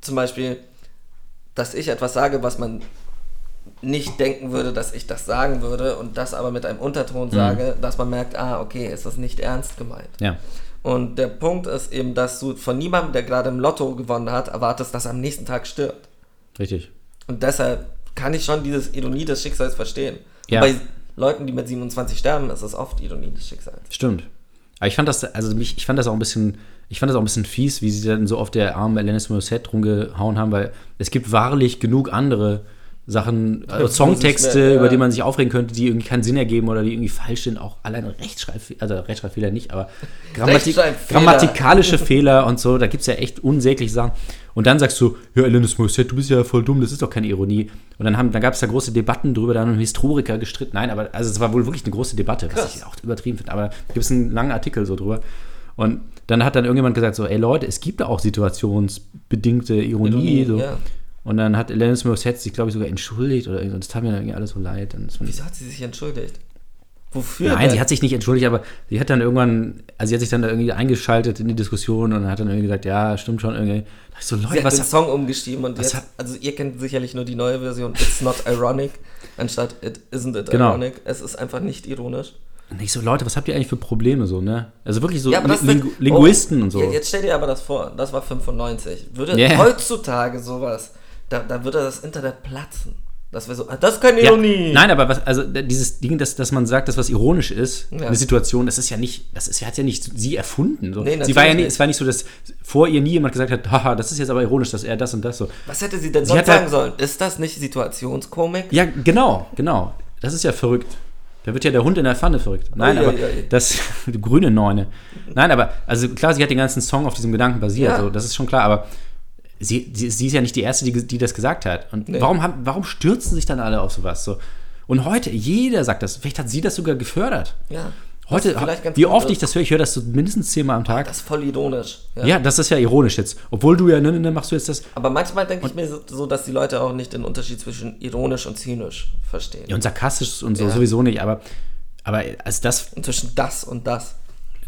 Speaker 2: zum Beispiel, dass ich etwas sage, was man nicht denken würde, dass ich das sagen würde und das aber mit einem
Speaker 1: Mhm.
Speaker 2: Unterton sage, dass man merkt, ah, okay, ist das nicht ernst gemeint.
Speaker 1: Ja.
Speaker 2: Und der Punkt ist eben, dass du von niemandem, der gerade im Lotto gewonnen hat, erwartest, dass er am nächsten Tag stirbt.
Speaker 1: Richtig.
Speaker 2: Und deshalb kann ich schon dieses Ironie des Schicksals verstehen.
Speaker 1: Ja.
Speaker 2: Und Bei Leuten, die mit 27 sterben, ist es oft Ironie des Schicksals.
Speaker 1: Stimmt. Aber ich fand das, also mich, ich fand das auch ein bisschen, ich fand das auch ein bisschen fies, wie sie dann so auf der armen Alanis Morissette rumgehauen haben, weil es gibt wahrlich genug andere Sachen, also
Speaker 2: wo
Speaker 1: Songtexte,
Speaker 2: sie es- ja.
Speaker 1: über die man sich aufregen könnte, die irgendwie keinen Sinn ergeben oder die irgendwie falsch sind, auch allein Rechtschreibfehler, also Rechtschreibfehler nicht, aber Grammati
Speaker 2: Rechtschreibfehler.
Speaker 1: grammatikalische Fehler und so, da gibt es ja echt unsägliche Sachen. Und dann sagst du, ja, Alanis Morissette, du bist ja voll dumm, das ist doch keine Ironie. Und dann, haben- dann gab es da große Debatten drüber, da haben Historiker gestritten. Nein, aber also es war wohl wirklich eine große Debatte, was ich auch übertrieben finde. Aber da gibt es einen langen Artikel so drüber. Und dann hat dann irgendjemand gesagt, so, ey Leute, es gibt da auch situationsbedingte Ironie.
Speaker 2: Ironie,
Speaker 1: so.
Speaker 2: ja.
Speaker 1: Und dann hat Alanis Morissette sich, glaube ich, sogar entschuldigt oder irgend- und das tat mir dann irgendwie alles so leid. Und das fand ich
Speaker 2: Wieso hat sie sich entschuldigt? Wofür?
Speaker 1: Nein,
Speaker 2: denn?
Speaker 1: sie hat sich nicht entschuldigt, aber sie hat dann irgendwann, also sie hat sich dann da irgendwie eingeschaltet in die Diskussion und hat dann irgendwie gesagt, ja, stimmt schon irgendwie. Da ich so,
Speaker 2: sie
Speaker 1: Leute,
Speaker 2: hat
Speaker 1: was
Speaker 2: den Song umgeschrieben und
Speaker 1: was
Speaker 2: jetzt,
Speaker 1: hat-
Speaker 2: also ihr kennt sicherlich nur die neue Version It's Not Ironic anstatt It Isn't It
Speaker 1: Genau.
Speaker 2: Ironic. Es ist einfach nicht ironisch.
Speaker 1: Und ich so, Leute, was habt ihr eigentlich für Probleme so, ne? Also wirklich so Li-
Speaker 2: ist-
Speaker 1: Lingu Linguisten
Speaker 2: oh,
Speaker 1: und so.
Speaker 2: ja, Jetzt stell dir aber das vor, das war 95. Würde
Speaker 1: Ja.
Speaker 2: heutzutage sowas, da, da würde das Internet platzen. Das wäre so, ah, das ist keine
Speaker 1: Ja,
Speaker 2: Ironie.
Speaker 1: Nein, aber was, also d- dieses Ding, dass, dass man sagt, dass was ironisch ist,
Speaker 2: Ja.
Speaker 1: eine Situation, das ist ja nicht, das ist, hat ja nicht sie erfunden. So.
Speaker 2: Nee,
Speaker 1: sie war ja nie,
Speaker 2: natürlich nicht.
Speaker 1: es war nicht so, dass vor ihr nie jemand gesagt hat, haha, das ist jetzt aber ironisch, dass er das und das so.
Speaker 2: Was hätte sie denn
Speaker 1: Sie
Speaker 2: sonst
Speaker 1: hat halt ja-
Speaker 2: sagen sollen? Ist das nicht Situationskomik?
Speaker 1: Ja, genau, genau. Das ist ja verrückt. Da wird ja der Hund in der Pfanne verrückt. Nein,
Speaker 2: Ui,
Speaker 1: aber
Speaker 2: ui, ui.
Speaker 1: das die grüne Neune. Nein, aber also klar, sie hat den ganzen Song auf diesem Gedanken basiert,
Speaker 2: Ja.
Speaker 1: so, das ist schon klar, aber sie, sie, sie ist ja nicht die erste, die, die das gesagt hat. Und warum haben, warum stürzen sich dann alle auf sowas so? Und heute jeder sagt das, vielleicht hat sie das sogar gefördert.
Speaker 2: Ja.
Speaker 1: Heute
Speaker 2: Das ist vielleicht ganz
Speaker 1: wie
Speaker 2: gut,
Speaker 1: oft
Speaker 2: das-
Speaker 1: ich das höre, ich höre das so mindestens zehnmal am Tag.
Speaker 2: Das ist voll ironisch. Ja.
Speaker 1: ja, das ist ja ironisch jetzt. Obwohl du ja, ne, ne, ne, machst du jetzt das.
Speaker 2: Aber manchmal denke ich mir so- so, dass die Leute auch nicht den Unterschied zwischen ironisch und zynisch verstehen.
Speaker 1: Ja, und sarkastisch und so
Speaker 2: Ja.
Speaker 1: sowieso nicht, aber aber also das
Speaker 2: Und zwischen das und das.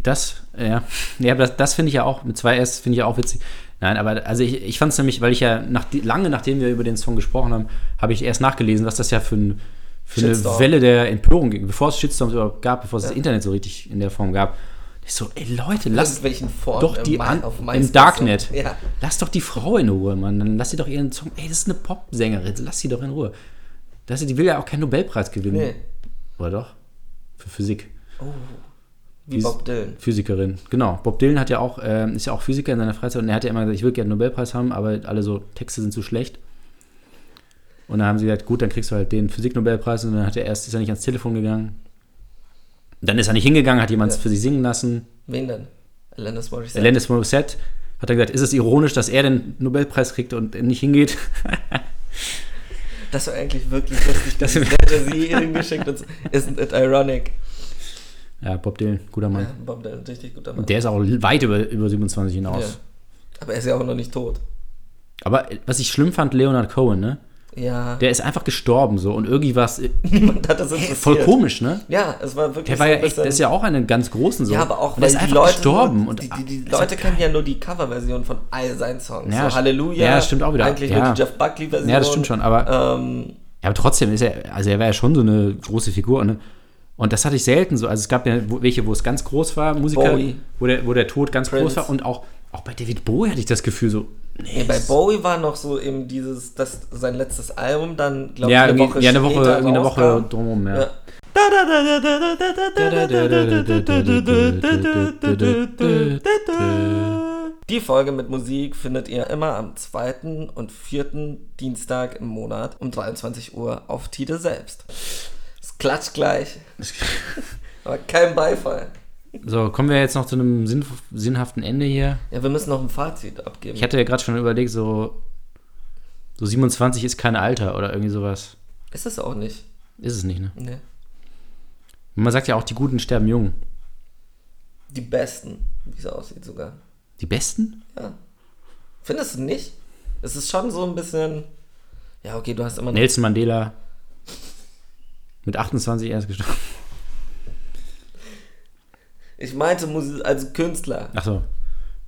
Speaker 1: Das, ja. Ja, aber das, das finde ich ja auch, mit 2S finde ich ja auch witzig. Nein, aber also ich, ich fand es nämlich, weil ich ja nach, lange nachdem wir über den Song gesprochen haben, habe ich erst nachgelesen, was das ja für, ein, für eine
Speaker 2: Shitstorm.
Speaker 1: Welle der Empörung ging, bevor es Shitstorms überhaupt gab, bevor es das Internet so richtig in der Form gab. Ich so, ey Leute, lasst
Speaker 2: Irgendwelchen Foren
Speaker 1: doch
Speaker 2: im
Speaker 1: die
Speaker 2: Ma-
Speaker 1: an,
Speaker 2: auf MySpace
Speaker 1: im Darknet.
Speaker 2: so. Ja.
Speaker 1: Lasst doch die Frau in Ruhe, Mann. Dann lasst sie doch ihren Song. Ey, das ist eine Popsängerin, lass sie doch in Ruhe. Das, die will ja auch keinen Nobelpreis gewinnen.
Speaker 2: Nee.
Speaker 1: Oder doch? Für Physik.
Speaker 2: Wie Bob Dylan.
Speaker 1: Physikerin, genau. Bob Dylan hat ja auch, ähm, ist ja auch Physiker in seiner Freizeit und er hat ja immer gesagt, ich will gerne einen Nobelpreis haben, aber alle so Texte sind zu schlecht. Und dann haben sie gesagt, gut, dann kriegst du halt den Physik-Nobelpreis und dann hat er erst, ist er nicht ans Telefon gegangen. Dann ist er nicht hingegangen, hat jemand
Speaker 2: Ja.
Speaker 1: für sich singen lassen.
Speaker 2: Wen denn? Alanis Morissette.
Speaker 1: Alanis Morissette hat dann gesagt, ist es ironisch, dass er den Nobelpreis kriegt und nicht hingeht?
Speaker 2: Das war eigentlich wirklich lustig. Das hätte sie ihm geschickt. Und so. Isn't it ironic?
Speaker 1: Ja, Bob Dylan, guter Mann.
Speaker 2: Ja, Bob Dylan, richtig guter Mann.
Speaker 1: Und der ist auch weit über, über 27
Speaker 2: ja.
Speaker 1: hinaus.
Speaker 2: Aber er ist ja auch noch nicht tot.
Speaker 1: Aber äh, was ich schlimm fand, Leonard Cohen, ne?
Speaker 2: Ja.
Speaker 1: Der ist einfach gestorben so und irgendwie war es äh,
Speaker 2: Niemand hat das interessiert.
Speaker 1: voll komisch, ne?
Speaker 2: Ja, es war wirklich.
Speaker 1: Der war
Speaker 2: so
Speaker 1: ja
Speaker 2: ein
Speaker 1: echt, der ist
Speaker 2: bisschen-
Speaker 1: ja auch einer der ganz großen so.
Speaker 2: Ja, aber auch
Speaker 1: und der ist einfach gestorben
Speaker 2: nur,
Speaker 1: und ah,
Speaker 2: die, die, die
Speaker 1: das ist
Speaker 2: Leute
Speaker 1: ja
Speaker 2: kennen
Speaker 1: geil.
Speaker 2: ja nur die Coverversion von all seinen Songs.
Speaker 1: Ja,
Speaker 2: so Halleluja.
Speaker 1: ja, stimmt auch wieder.
Speaker 2: Eigentlich
Speaker 1: Ja.
Speaker 2: nur die Jeff Buckley Version.
Speaker 1: Ja, das stimmt schon, aber-
Speaker 2: ähm,
Speaker 1: Ja, aber trotzdem ist er, also er war ja schon so eine große Figur, ne? Und das hatte ich selten so. Also es gab ja wo- welche, wo es ganz groß war, Musiker,
Speaker 2: Bowie.
Speaker 1: wo der, wo der Tod ganz
Speaker 2: Prince.
Speaker 1: groß war und auch, auch bei David Bowie hatte ich das Gefühl so.
Speaker 2: nee, bei Bowie war noch so eben dieses, das sein letztes Album dann, glaube
Speaker 1: ja,
Speaker 2: ich, eine
Speaker 1: irgendwie-
Speaker 2: Woche
Speaker 1: ja, eine Woche,
Speaker 2: später
Speaker 1: irgendwie eine Woche
Speaker 2: rauskam.
Speaker 1: drumherum, ja.
Speaker 2: Ja. Die Folge mit Musik findet ihr immer am zweiten und vierten Dienstag im Monat um 23 Uhr auf Tide selbst. Es Klatschgleich. Aber kein Beifall.
Speaker 1: So, kommen wir jetzt noch zu einem sinn, sinnhaften Ende hier.
Speaker 2: Ja, wir müssen noch ein Fazit abgeben.
Speaker 1: Ich hatte ja gerade schon überlegt, so, so 27 ist kein Alter oder irgendwie sowas.
Speaker 2: Ist es auch nicht.
Speaker 1: Ist es nicht, ne?
Speaker 2: Nee.
Speaker 1: Man sagt ja auch, die Guten sterben jung.
Speaker 2: Die besten, wie es aussieht sogar.
Speaker 1: Die Besten?
Speaker 2: Ja. Findest du nicht? Es ist schon so ein bisschen. Ja, okay, du hast immer noch.
Speaker 1: Nelson Mandela mit 28 erst gestorben.
Speaker 2: Ich meinte Musik als Künstler.
Speaker 1: Achso.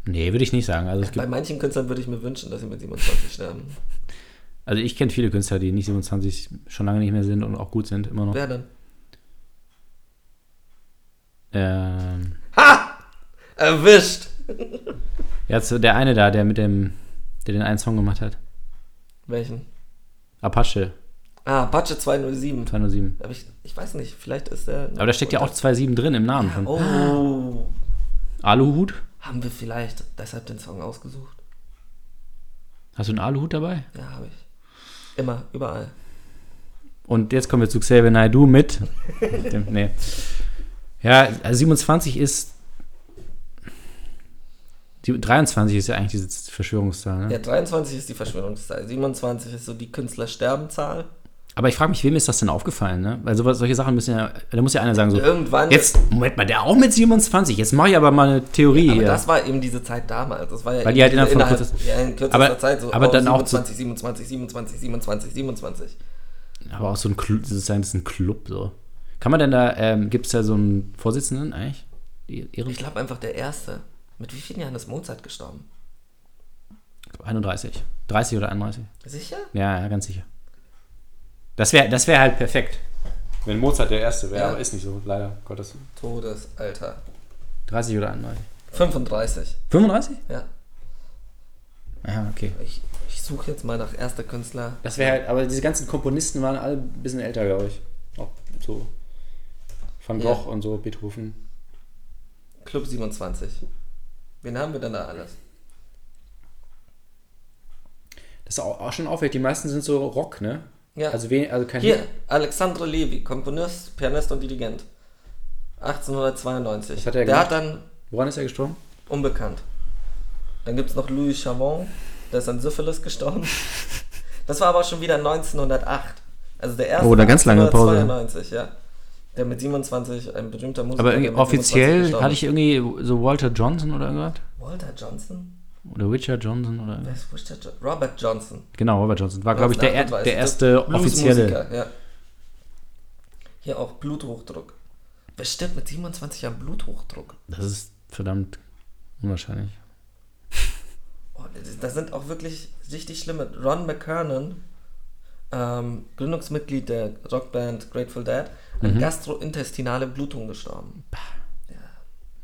Speaker 1: Nee, würde ich nicht sagen. Also, es
Speaker 2: Bei
Speaker 1: gibt,
Speaker 2: manchen Künstlern würde ich mir wünschen, dass sie mit 27 sterben.
Speaker 1: also ich kenne viele Künstler, die nicht 27 schon lange nicht mehr sind und auch gut sind, immer noch.
Speaker 2: Wer denn?
Speaker 1: Ähm,
Speaker 2: Ha! Erwischt!
Speaker 1: ja, zu- der eine da, der mit dem, der den einen Song gemacht hat.
Speaker 2: Welchen?
Speaker 1: Apache
Speaker 2: Ah, Apache 207.
Speaker 1: 207.
Speaker 2: Aber ich, ich weiß nicht, vielleicht ist der.
Speaker 1: Aber Ah. da steckt ja auch 27 drin im Namen schon.
Speaker 2: Oh.
Speaker 1: Aluhut?
Speaker 2: Haben wir vielleicht deshalb den Song ausgesucht?
Speaker 1: Hast du einen Aluhut dabei?
Speaker 2: Ja, habe ich. Immer, überall.
Speaker 1: Und jetzt kommen wir zu Xavier Naidoo mit. dem, nee. Ja, also 27 ist. die- 23 ist ja eigentlich diese Verschwörungszahl. Ne?
Speaker 2: Ja, 23 ist die Verschwörungszahl, 27 ist so die Künstlersterbenzahl.
Speaker 1: Aber ich frage mich, wem ist das denn aufgefallen? Ne? Weil sowas, solche Sachen müssen ja. Da muss ja einer sagen, so.
Speaker 2: Irgendwann.
Speaker 1: Also, Jetzt, Moment mal, der auch mit 27. Jetzt mache ich aber mal eine Theorie
Speaker 2: aber
Speaker 1: hier.
Speaker 2: das war eben diese Zeit damals. Das war ja
Speaker 1: Weil
Speaker 2: eben
Speaker 1: die halt
Speaker 2: diese
Speaker 1: innerhalb von kurzer-
Speaker 2: ja, in kürzester
Speaker 1: aber-
Speaker 2: Zeit so
Speaker 1: aber
Speaker 2: oh,
Speaker 1: dann auch zu-
Speaker 2: 27, 27, 27, 27, 27.
Speaker 1: aber auch so ein Club, sozusagen, das ist ein Club so. Kann man denn da, ähm, gibt es da so einen Vorsitzenden eigentlich? Die Ehren?
Speaker 2: Ich glaube einfach der erste. Mit wie vielen Jahren ist Mozart gestorben?
Speaker 1: 31. 30 oder 31?
Speaker 2: Sicher?
Speaker 1: Ja, ja, ganz sicher. Das wäre das wär halt perfekt. Wenn Mozart der Erste wäre,
Speaker 2: Ja.
Speaker 1: aber ist nicht so, leider um Gottes.
Speaker 2: Todesalter.
Speaker 1: 30 oder 31?
Speaker 2: 35.
Speaker 1: 35?
Speaker 2: Ja.
Speaker 1: Ja, okay.
Speaker 2: Ich, ich suche jetzt mal nach erster Künstler.
Speaker 1: Das wäre halt, aber diese ganzen Komponisten waren alle ein bisschen älter, glaube ich. Auch so Van
Speaker 2: Ja.
Speaker 1: Gogh und so, Beethoven.
Speaker 2: Club 27. Wen haben wir denn da alles?
Speaker 1: Das ist auch, auch schon auffällig, die meisten sind so Rock, ne?
Speaker 2: Ja.
Speaker 1: Also, wen, also kein
Speaker 2: Hier, Alexandre Levi, Komponist, Pianist und Dirigent.
Speaker 1: Was
Speaker 2: 1892.
Speaker 1: hat er
Speaker 2: der
Speaker 1: gemacht?
Speaker 2: hat dann
Speaker 1: Woran ist er gestorben?
Speaker 2: Unbekannt. Dann gibt es noch Louis Chavon, der ist an Syphilis gestorben. Das war aber schon wieder 1908. Also der erste.
Speaker 1: Oh, da ganz lange Pause.
Speaker 2: 1992, ja. Der mit 27, ein berühmter Musiker.
Speaker 1: Aber
Speaker 2: der
Speaker 1: irgendwie
Speaker 2: mit
Speaker 1: offiziell
Speaker 2: 27
Speaker 1: hatte ich irgendwie so Walter Johnson oder irgendwas?
Speaker 2: Walter Johnson?
Speaker 1: Oder Richard Johnson oder
Speaker 2: Wer ist Richard Jo- Robert Johnson.
Speaker 1: Genau, Robert Johnson. War, glaube ich, der, er-
Speaker 2: 1938.
Speaker 1: der erste
Speaker 2: Bluesmusiker,
Speaker 1: offizielle.
Speaker 2: Ja. Hier auch Bluthochdruck. Wer stirbt mit 27 an Bluthochdruck?
Speaker 1: Das ist verdammt unwahrscheinlich.
Speaker 2: Oh, da sind auch wirklich richtig schlimme. Ron McKernan, ähm, Gründungsmitglied der Rockband Grateful Dead,
Speaker 1: Mhm.
Speaker 2: an gastrointestinale Blutung gestorben.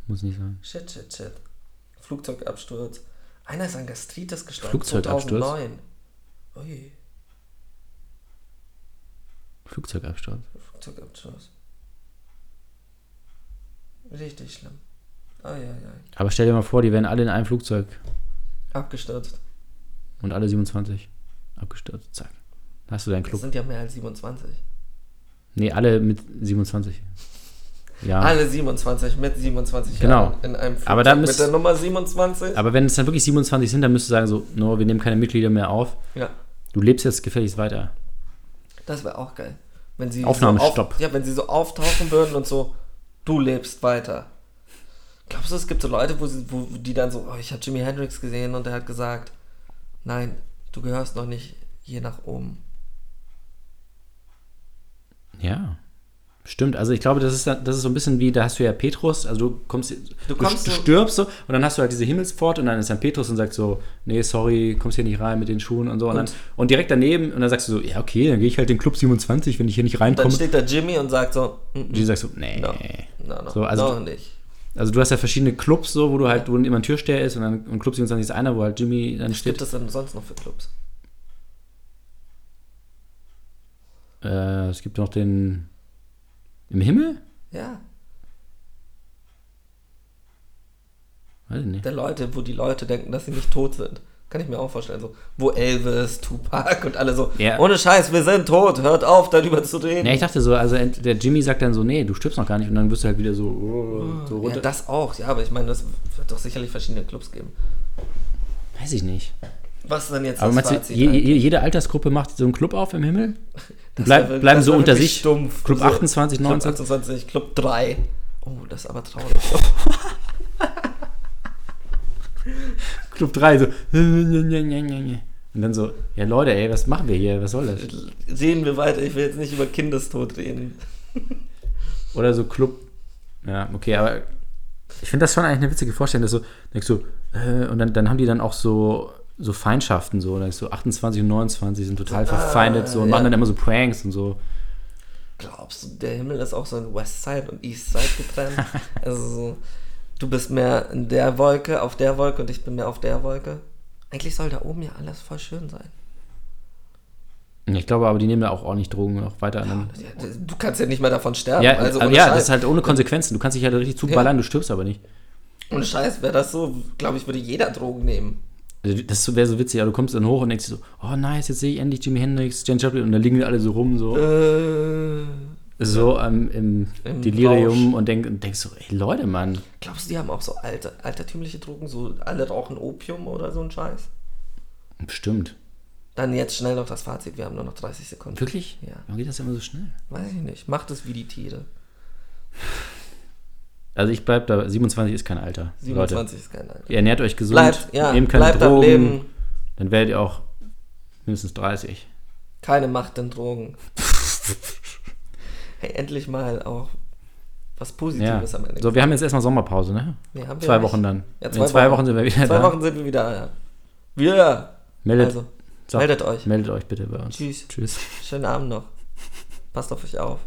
Speaker 1: Muss nicht sein.
Speaker 2: Shit, shit, shit. Flugzeugabsturz. Einer ist an Gastritis gestorben.
Speaker 1: Flugzeugabsturz?
Speaker 2: 2009. Ui,
Speaker 1: Flugzeugabsturz.
Speaker 2: Flugzeugabsturz. Richtig schlimm. Oh, ja, ja.
Speaker 1: Aber stell dir mal vor, die wären alle in einem Flugzeug
Speaker 2: Abgestürzt.
Speaker 1: und alle 27 abgestürzt. Zack. Da hast du deinen
Speaker 2: Das
Speaker 1: Club.
Speaker 2: sind ja mehr als 27.
Speaker 1: Nee, alle mit 27. Ja.
Speaker 2: Alle 27 mit 27
Speaker 1: Genau.
Speaker 2: Jahren in einem Flugzeug
Speaker 1: Aber dann
Speaker 2: mit
Speaker 1: müsst-
Speaker 2: der Nummer 27.
Speaker 1: Aber wenn es dann wirklich 27 sind, dann müsstest du sagen so, no, wir nehmen keine Mitglieder mehr auf.
Speaker 2: Ja.
Speaker 1: Du lebst jetzt gefälligst weiter.
Speaker 2: Das wäre auch geil. Wenn sie So
Speaker 1: Aufnahmestopp.
Speaker 2: auf, ja, wenn sie so auftauchen würden und so, du lebst weiter. Glaubst du, es gibt so Leute, wo, sie, wo die dann so, oh, ich habe Jimi Hendrix gesehen und der hat gesagt, nein, du gehörst noch nicht hier nach oben.
Speaker 1: Ja. Stimmt, also ich glaube, das ist, dann- das ist so ein bisschen wie, da hast du ja Petrus, also du kommst, du,
Speaker 2: kommst
Speaker 1: du
Speaker 2: so-
Speaker 1: stirbst so und dann hast du halt diese Himmelspforte und dann ist dann Petrus und sagt so, nee, sorry, kommst hier nicht rein mit den Schuhen und so. Und, dann,
Speaker 2: Und-
Speaker 1: und direkt daneben und dann sagst du so, ja, okay, dann gehe ich halt in Club 27, wenn ich hier nicht
Speaker 2: Dann
Speaker 1: reinkomme.
Speaker 2: steht da Jimmy und sagt so, mm,
Speaker 1: Und
Speaker 2: mm,
Speaker 1: die sagst so, nee.
Speaker 2: no, no, no,
Speaker 1: So, also-
Speaker 2: noch nicht.
Speaker 1: Also du hast ja verschiedene Clubs so, wo du halt, wo immer ein Türsteher ist und dann und Club 27 ist einer, wo halt Jimmy dann
Speaker 2: Was gibt
Speaker 1: steht.
Speaker 2: es denn sonst noch für Clubs?
Speaker 1: Äh, es gibt noch den im Himmel?
Speaker 2: Ja,
Speaker 1: Weiß ich nicht.
Speaker 2: der Leute, wo die Leute denken, dass sie nicht tot sind. Kann ich mir auch vorstellen. So, wo Elvis, Tupac und alle so.
Speaker 1: Ja.
Speaker 2: Ohne Scheiß, wir sind tot. Hört auf, darüber zu reden.
Speaker 1: Ja, ich dachte so, also ent- der Jimmy sagt dann so, nee, du stirbst noch gar nicht und dann wirst du halt wieder so, oh, so runter.
Speaker 2: Ja, das auch. Ja, aber ich meine, das wird doch sicherlich verschiedene Clubs geben.
Speaker 1: Weiß ich nicht.
Speaker 2: Was ist denn jetzt
Speaker 1: Aber meinst
Speaker 2: das
Speaker 1: du,
Speaker 2: Fazit?
Speaker 1: je, je, jede Altersgruppe macht so einen Club auf im Himmel?
Speaker 2: Das
Speaker 1: Bleib,
Speaker 2: wär-
Speaker 1: bleiben
Speaker 2: das
Speaker 1: so
Speaker 2: wär
Speaker 1: unter
Speaker 2: wirklich
Speaker 1: sich.
Speaker 2: Stumpf.
Speaker 1: Club
Speaker 2: So,
Speaker 1: 28, 29.
Speaker 2: Club 28, Club 3. Oh, das ist aber traurig.
Speaker 1: Club 3, so. Und dann so, ja Leute, ey, was machen wir hier? Was soll das?
Speaker 2: Sehen wir weiter. Ich will jetzt nicht über Kindestod reden.
Speaker 1: Oder so Club. Ja, okay, aber ich finde das schon eigentlich eine witzige Vorstellung, dass so, denkst du, äh, und dann, dann haben die dann auch so, so Feindschaften, so, denkst du, 28 und 29 sind total verfeindet, so, und
Speaker 2: Ah, ja.
Speaker 1: machen dann immer so Pranks und so.
Speaker 2: Glaubst du, der Himmel ist auch so in Westside und Eastside getrennt? also, so, du bist mehr in der Wolke, auf der Wolke und ich bin mehr auf der Wolke. Eigentlich soll da oben ja alles voll schön sein.
Speaker 1: Ich glaube aber, die nehmen ja auch ordentlich Drogen noch weiter an.
Speaker 2: Ja, Du kannst ja nicht mehr davon sterben.
Speaker 1: Ja,
Speaker 2: also
Speaker 1: aber
Speaker 2: ohne
Speaker 1: ja
Speaker 2: Scheiß.
Speaker 1: das ist halt ohne Konsequenzen. Du kannst dich halt richtig zuballern, du stirbst aber nicht.
Speaker 2: Ohne Scheiß wäre das so, glaube ich, würde jeder Drogen nehmen.
Speaker 1: Also das wäre so witzig, aber du kommst dann hoch und denkst dir so, oh nice, jetzt sehe ich endlich Jimi Hendrix, Janis Joplin und dann liegen die alle so rum, so,
Speaker 2: Äh.
Speaker 1: so ähm, im,
Speaker 2: Im
Speaker 1: Delirium und, denk, und denkst so, ey Leute, Mann.
Speaker 2: Glaubst du, die haben auch so alte, altertümliche Drogen, so alle rauchen Opium oder so ein Scheiß?
Speaker 1: Bestimmt.
Speaker 2: Dann jetzt schnell noch das Fazit, wir haben nur noch 30 Sekunden.
Speaker 1: Wirklich?
Speaker 2: Ja.
Speaker 1: Warum geht das immer so schnell?
Speaker 2: Weiß ich nicht. Macht es wie die Tiere.
Speaker 1: Also ich bleib da, 27 ist kein Alter. 27. Leute,
Speaker 2: 27 ist kein Alter.
Speaker 1: ihr ernährt euch gesund,
Speaker 2: Bleibt, ja,
Speaker 1: nehmt keine
Speaker 2: bleibt am
Speaker 1: Drogen,
Speaker 2: Leben.
Speaker 1: dann werdet ihr auch mindestens 30.
Speaker 2: Keine Macht in Drogen. hey, endlich mal auch was
Speaker 1: Ja.
Speaker 2: Positives am Ende.
Speaker 1: So, wir haben jetzt erstmal Sommerpause, ne?
Speaker 2: Nee, haben wir
Speaker 1: Zwei
Speaker 2: nicht.
Speaker 1: Wochen dann.
Speaker 2: Ja,
Speaker 1: In
Speaker 2: zwei
Speaker 1: zwei
Speaker 2: Wochen.
Speaker 1: Wochen. sind wir wieder
Speaker 2: Zwei
Speaker 1: da.
Speaker 2: Wochen sind wir wieder. Ja. Wir.
Speaker 1: Meldet,
Speaker 2: Also,
Speaker 1: sagt-
Speaker 2: meldet euch.
Speaker 1: meldet euch bitte bei uns.
Speaker 2: Tschüss.
Speaker 1: Tschüss.
Speaker 2: Schönen Abend noch. Passt auf euch auf.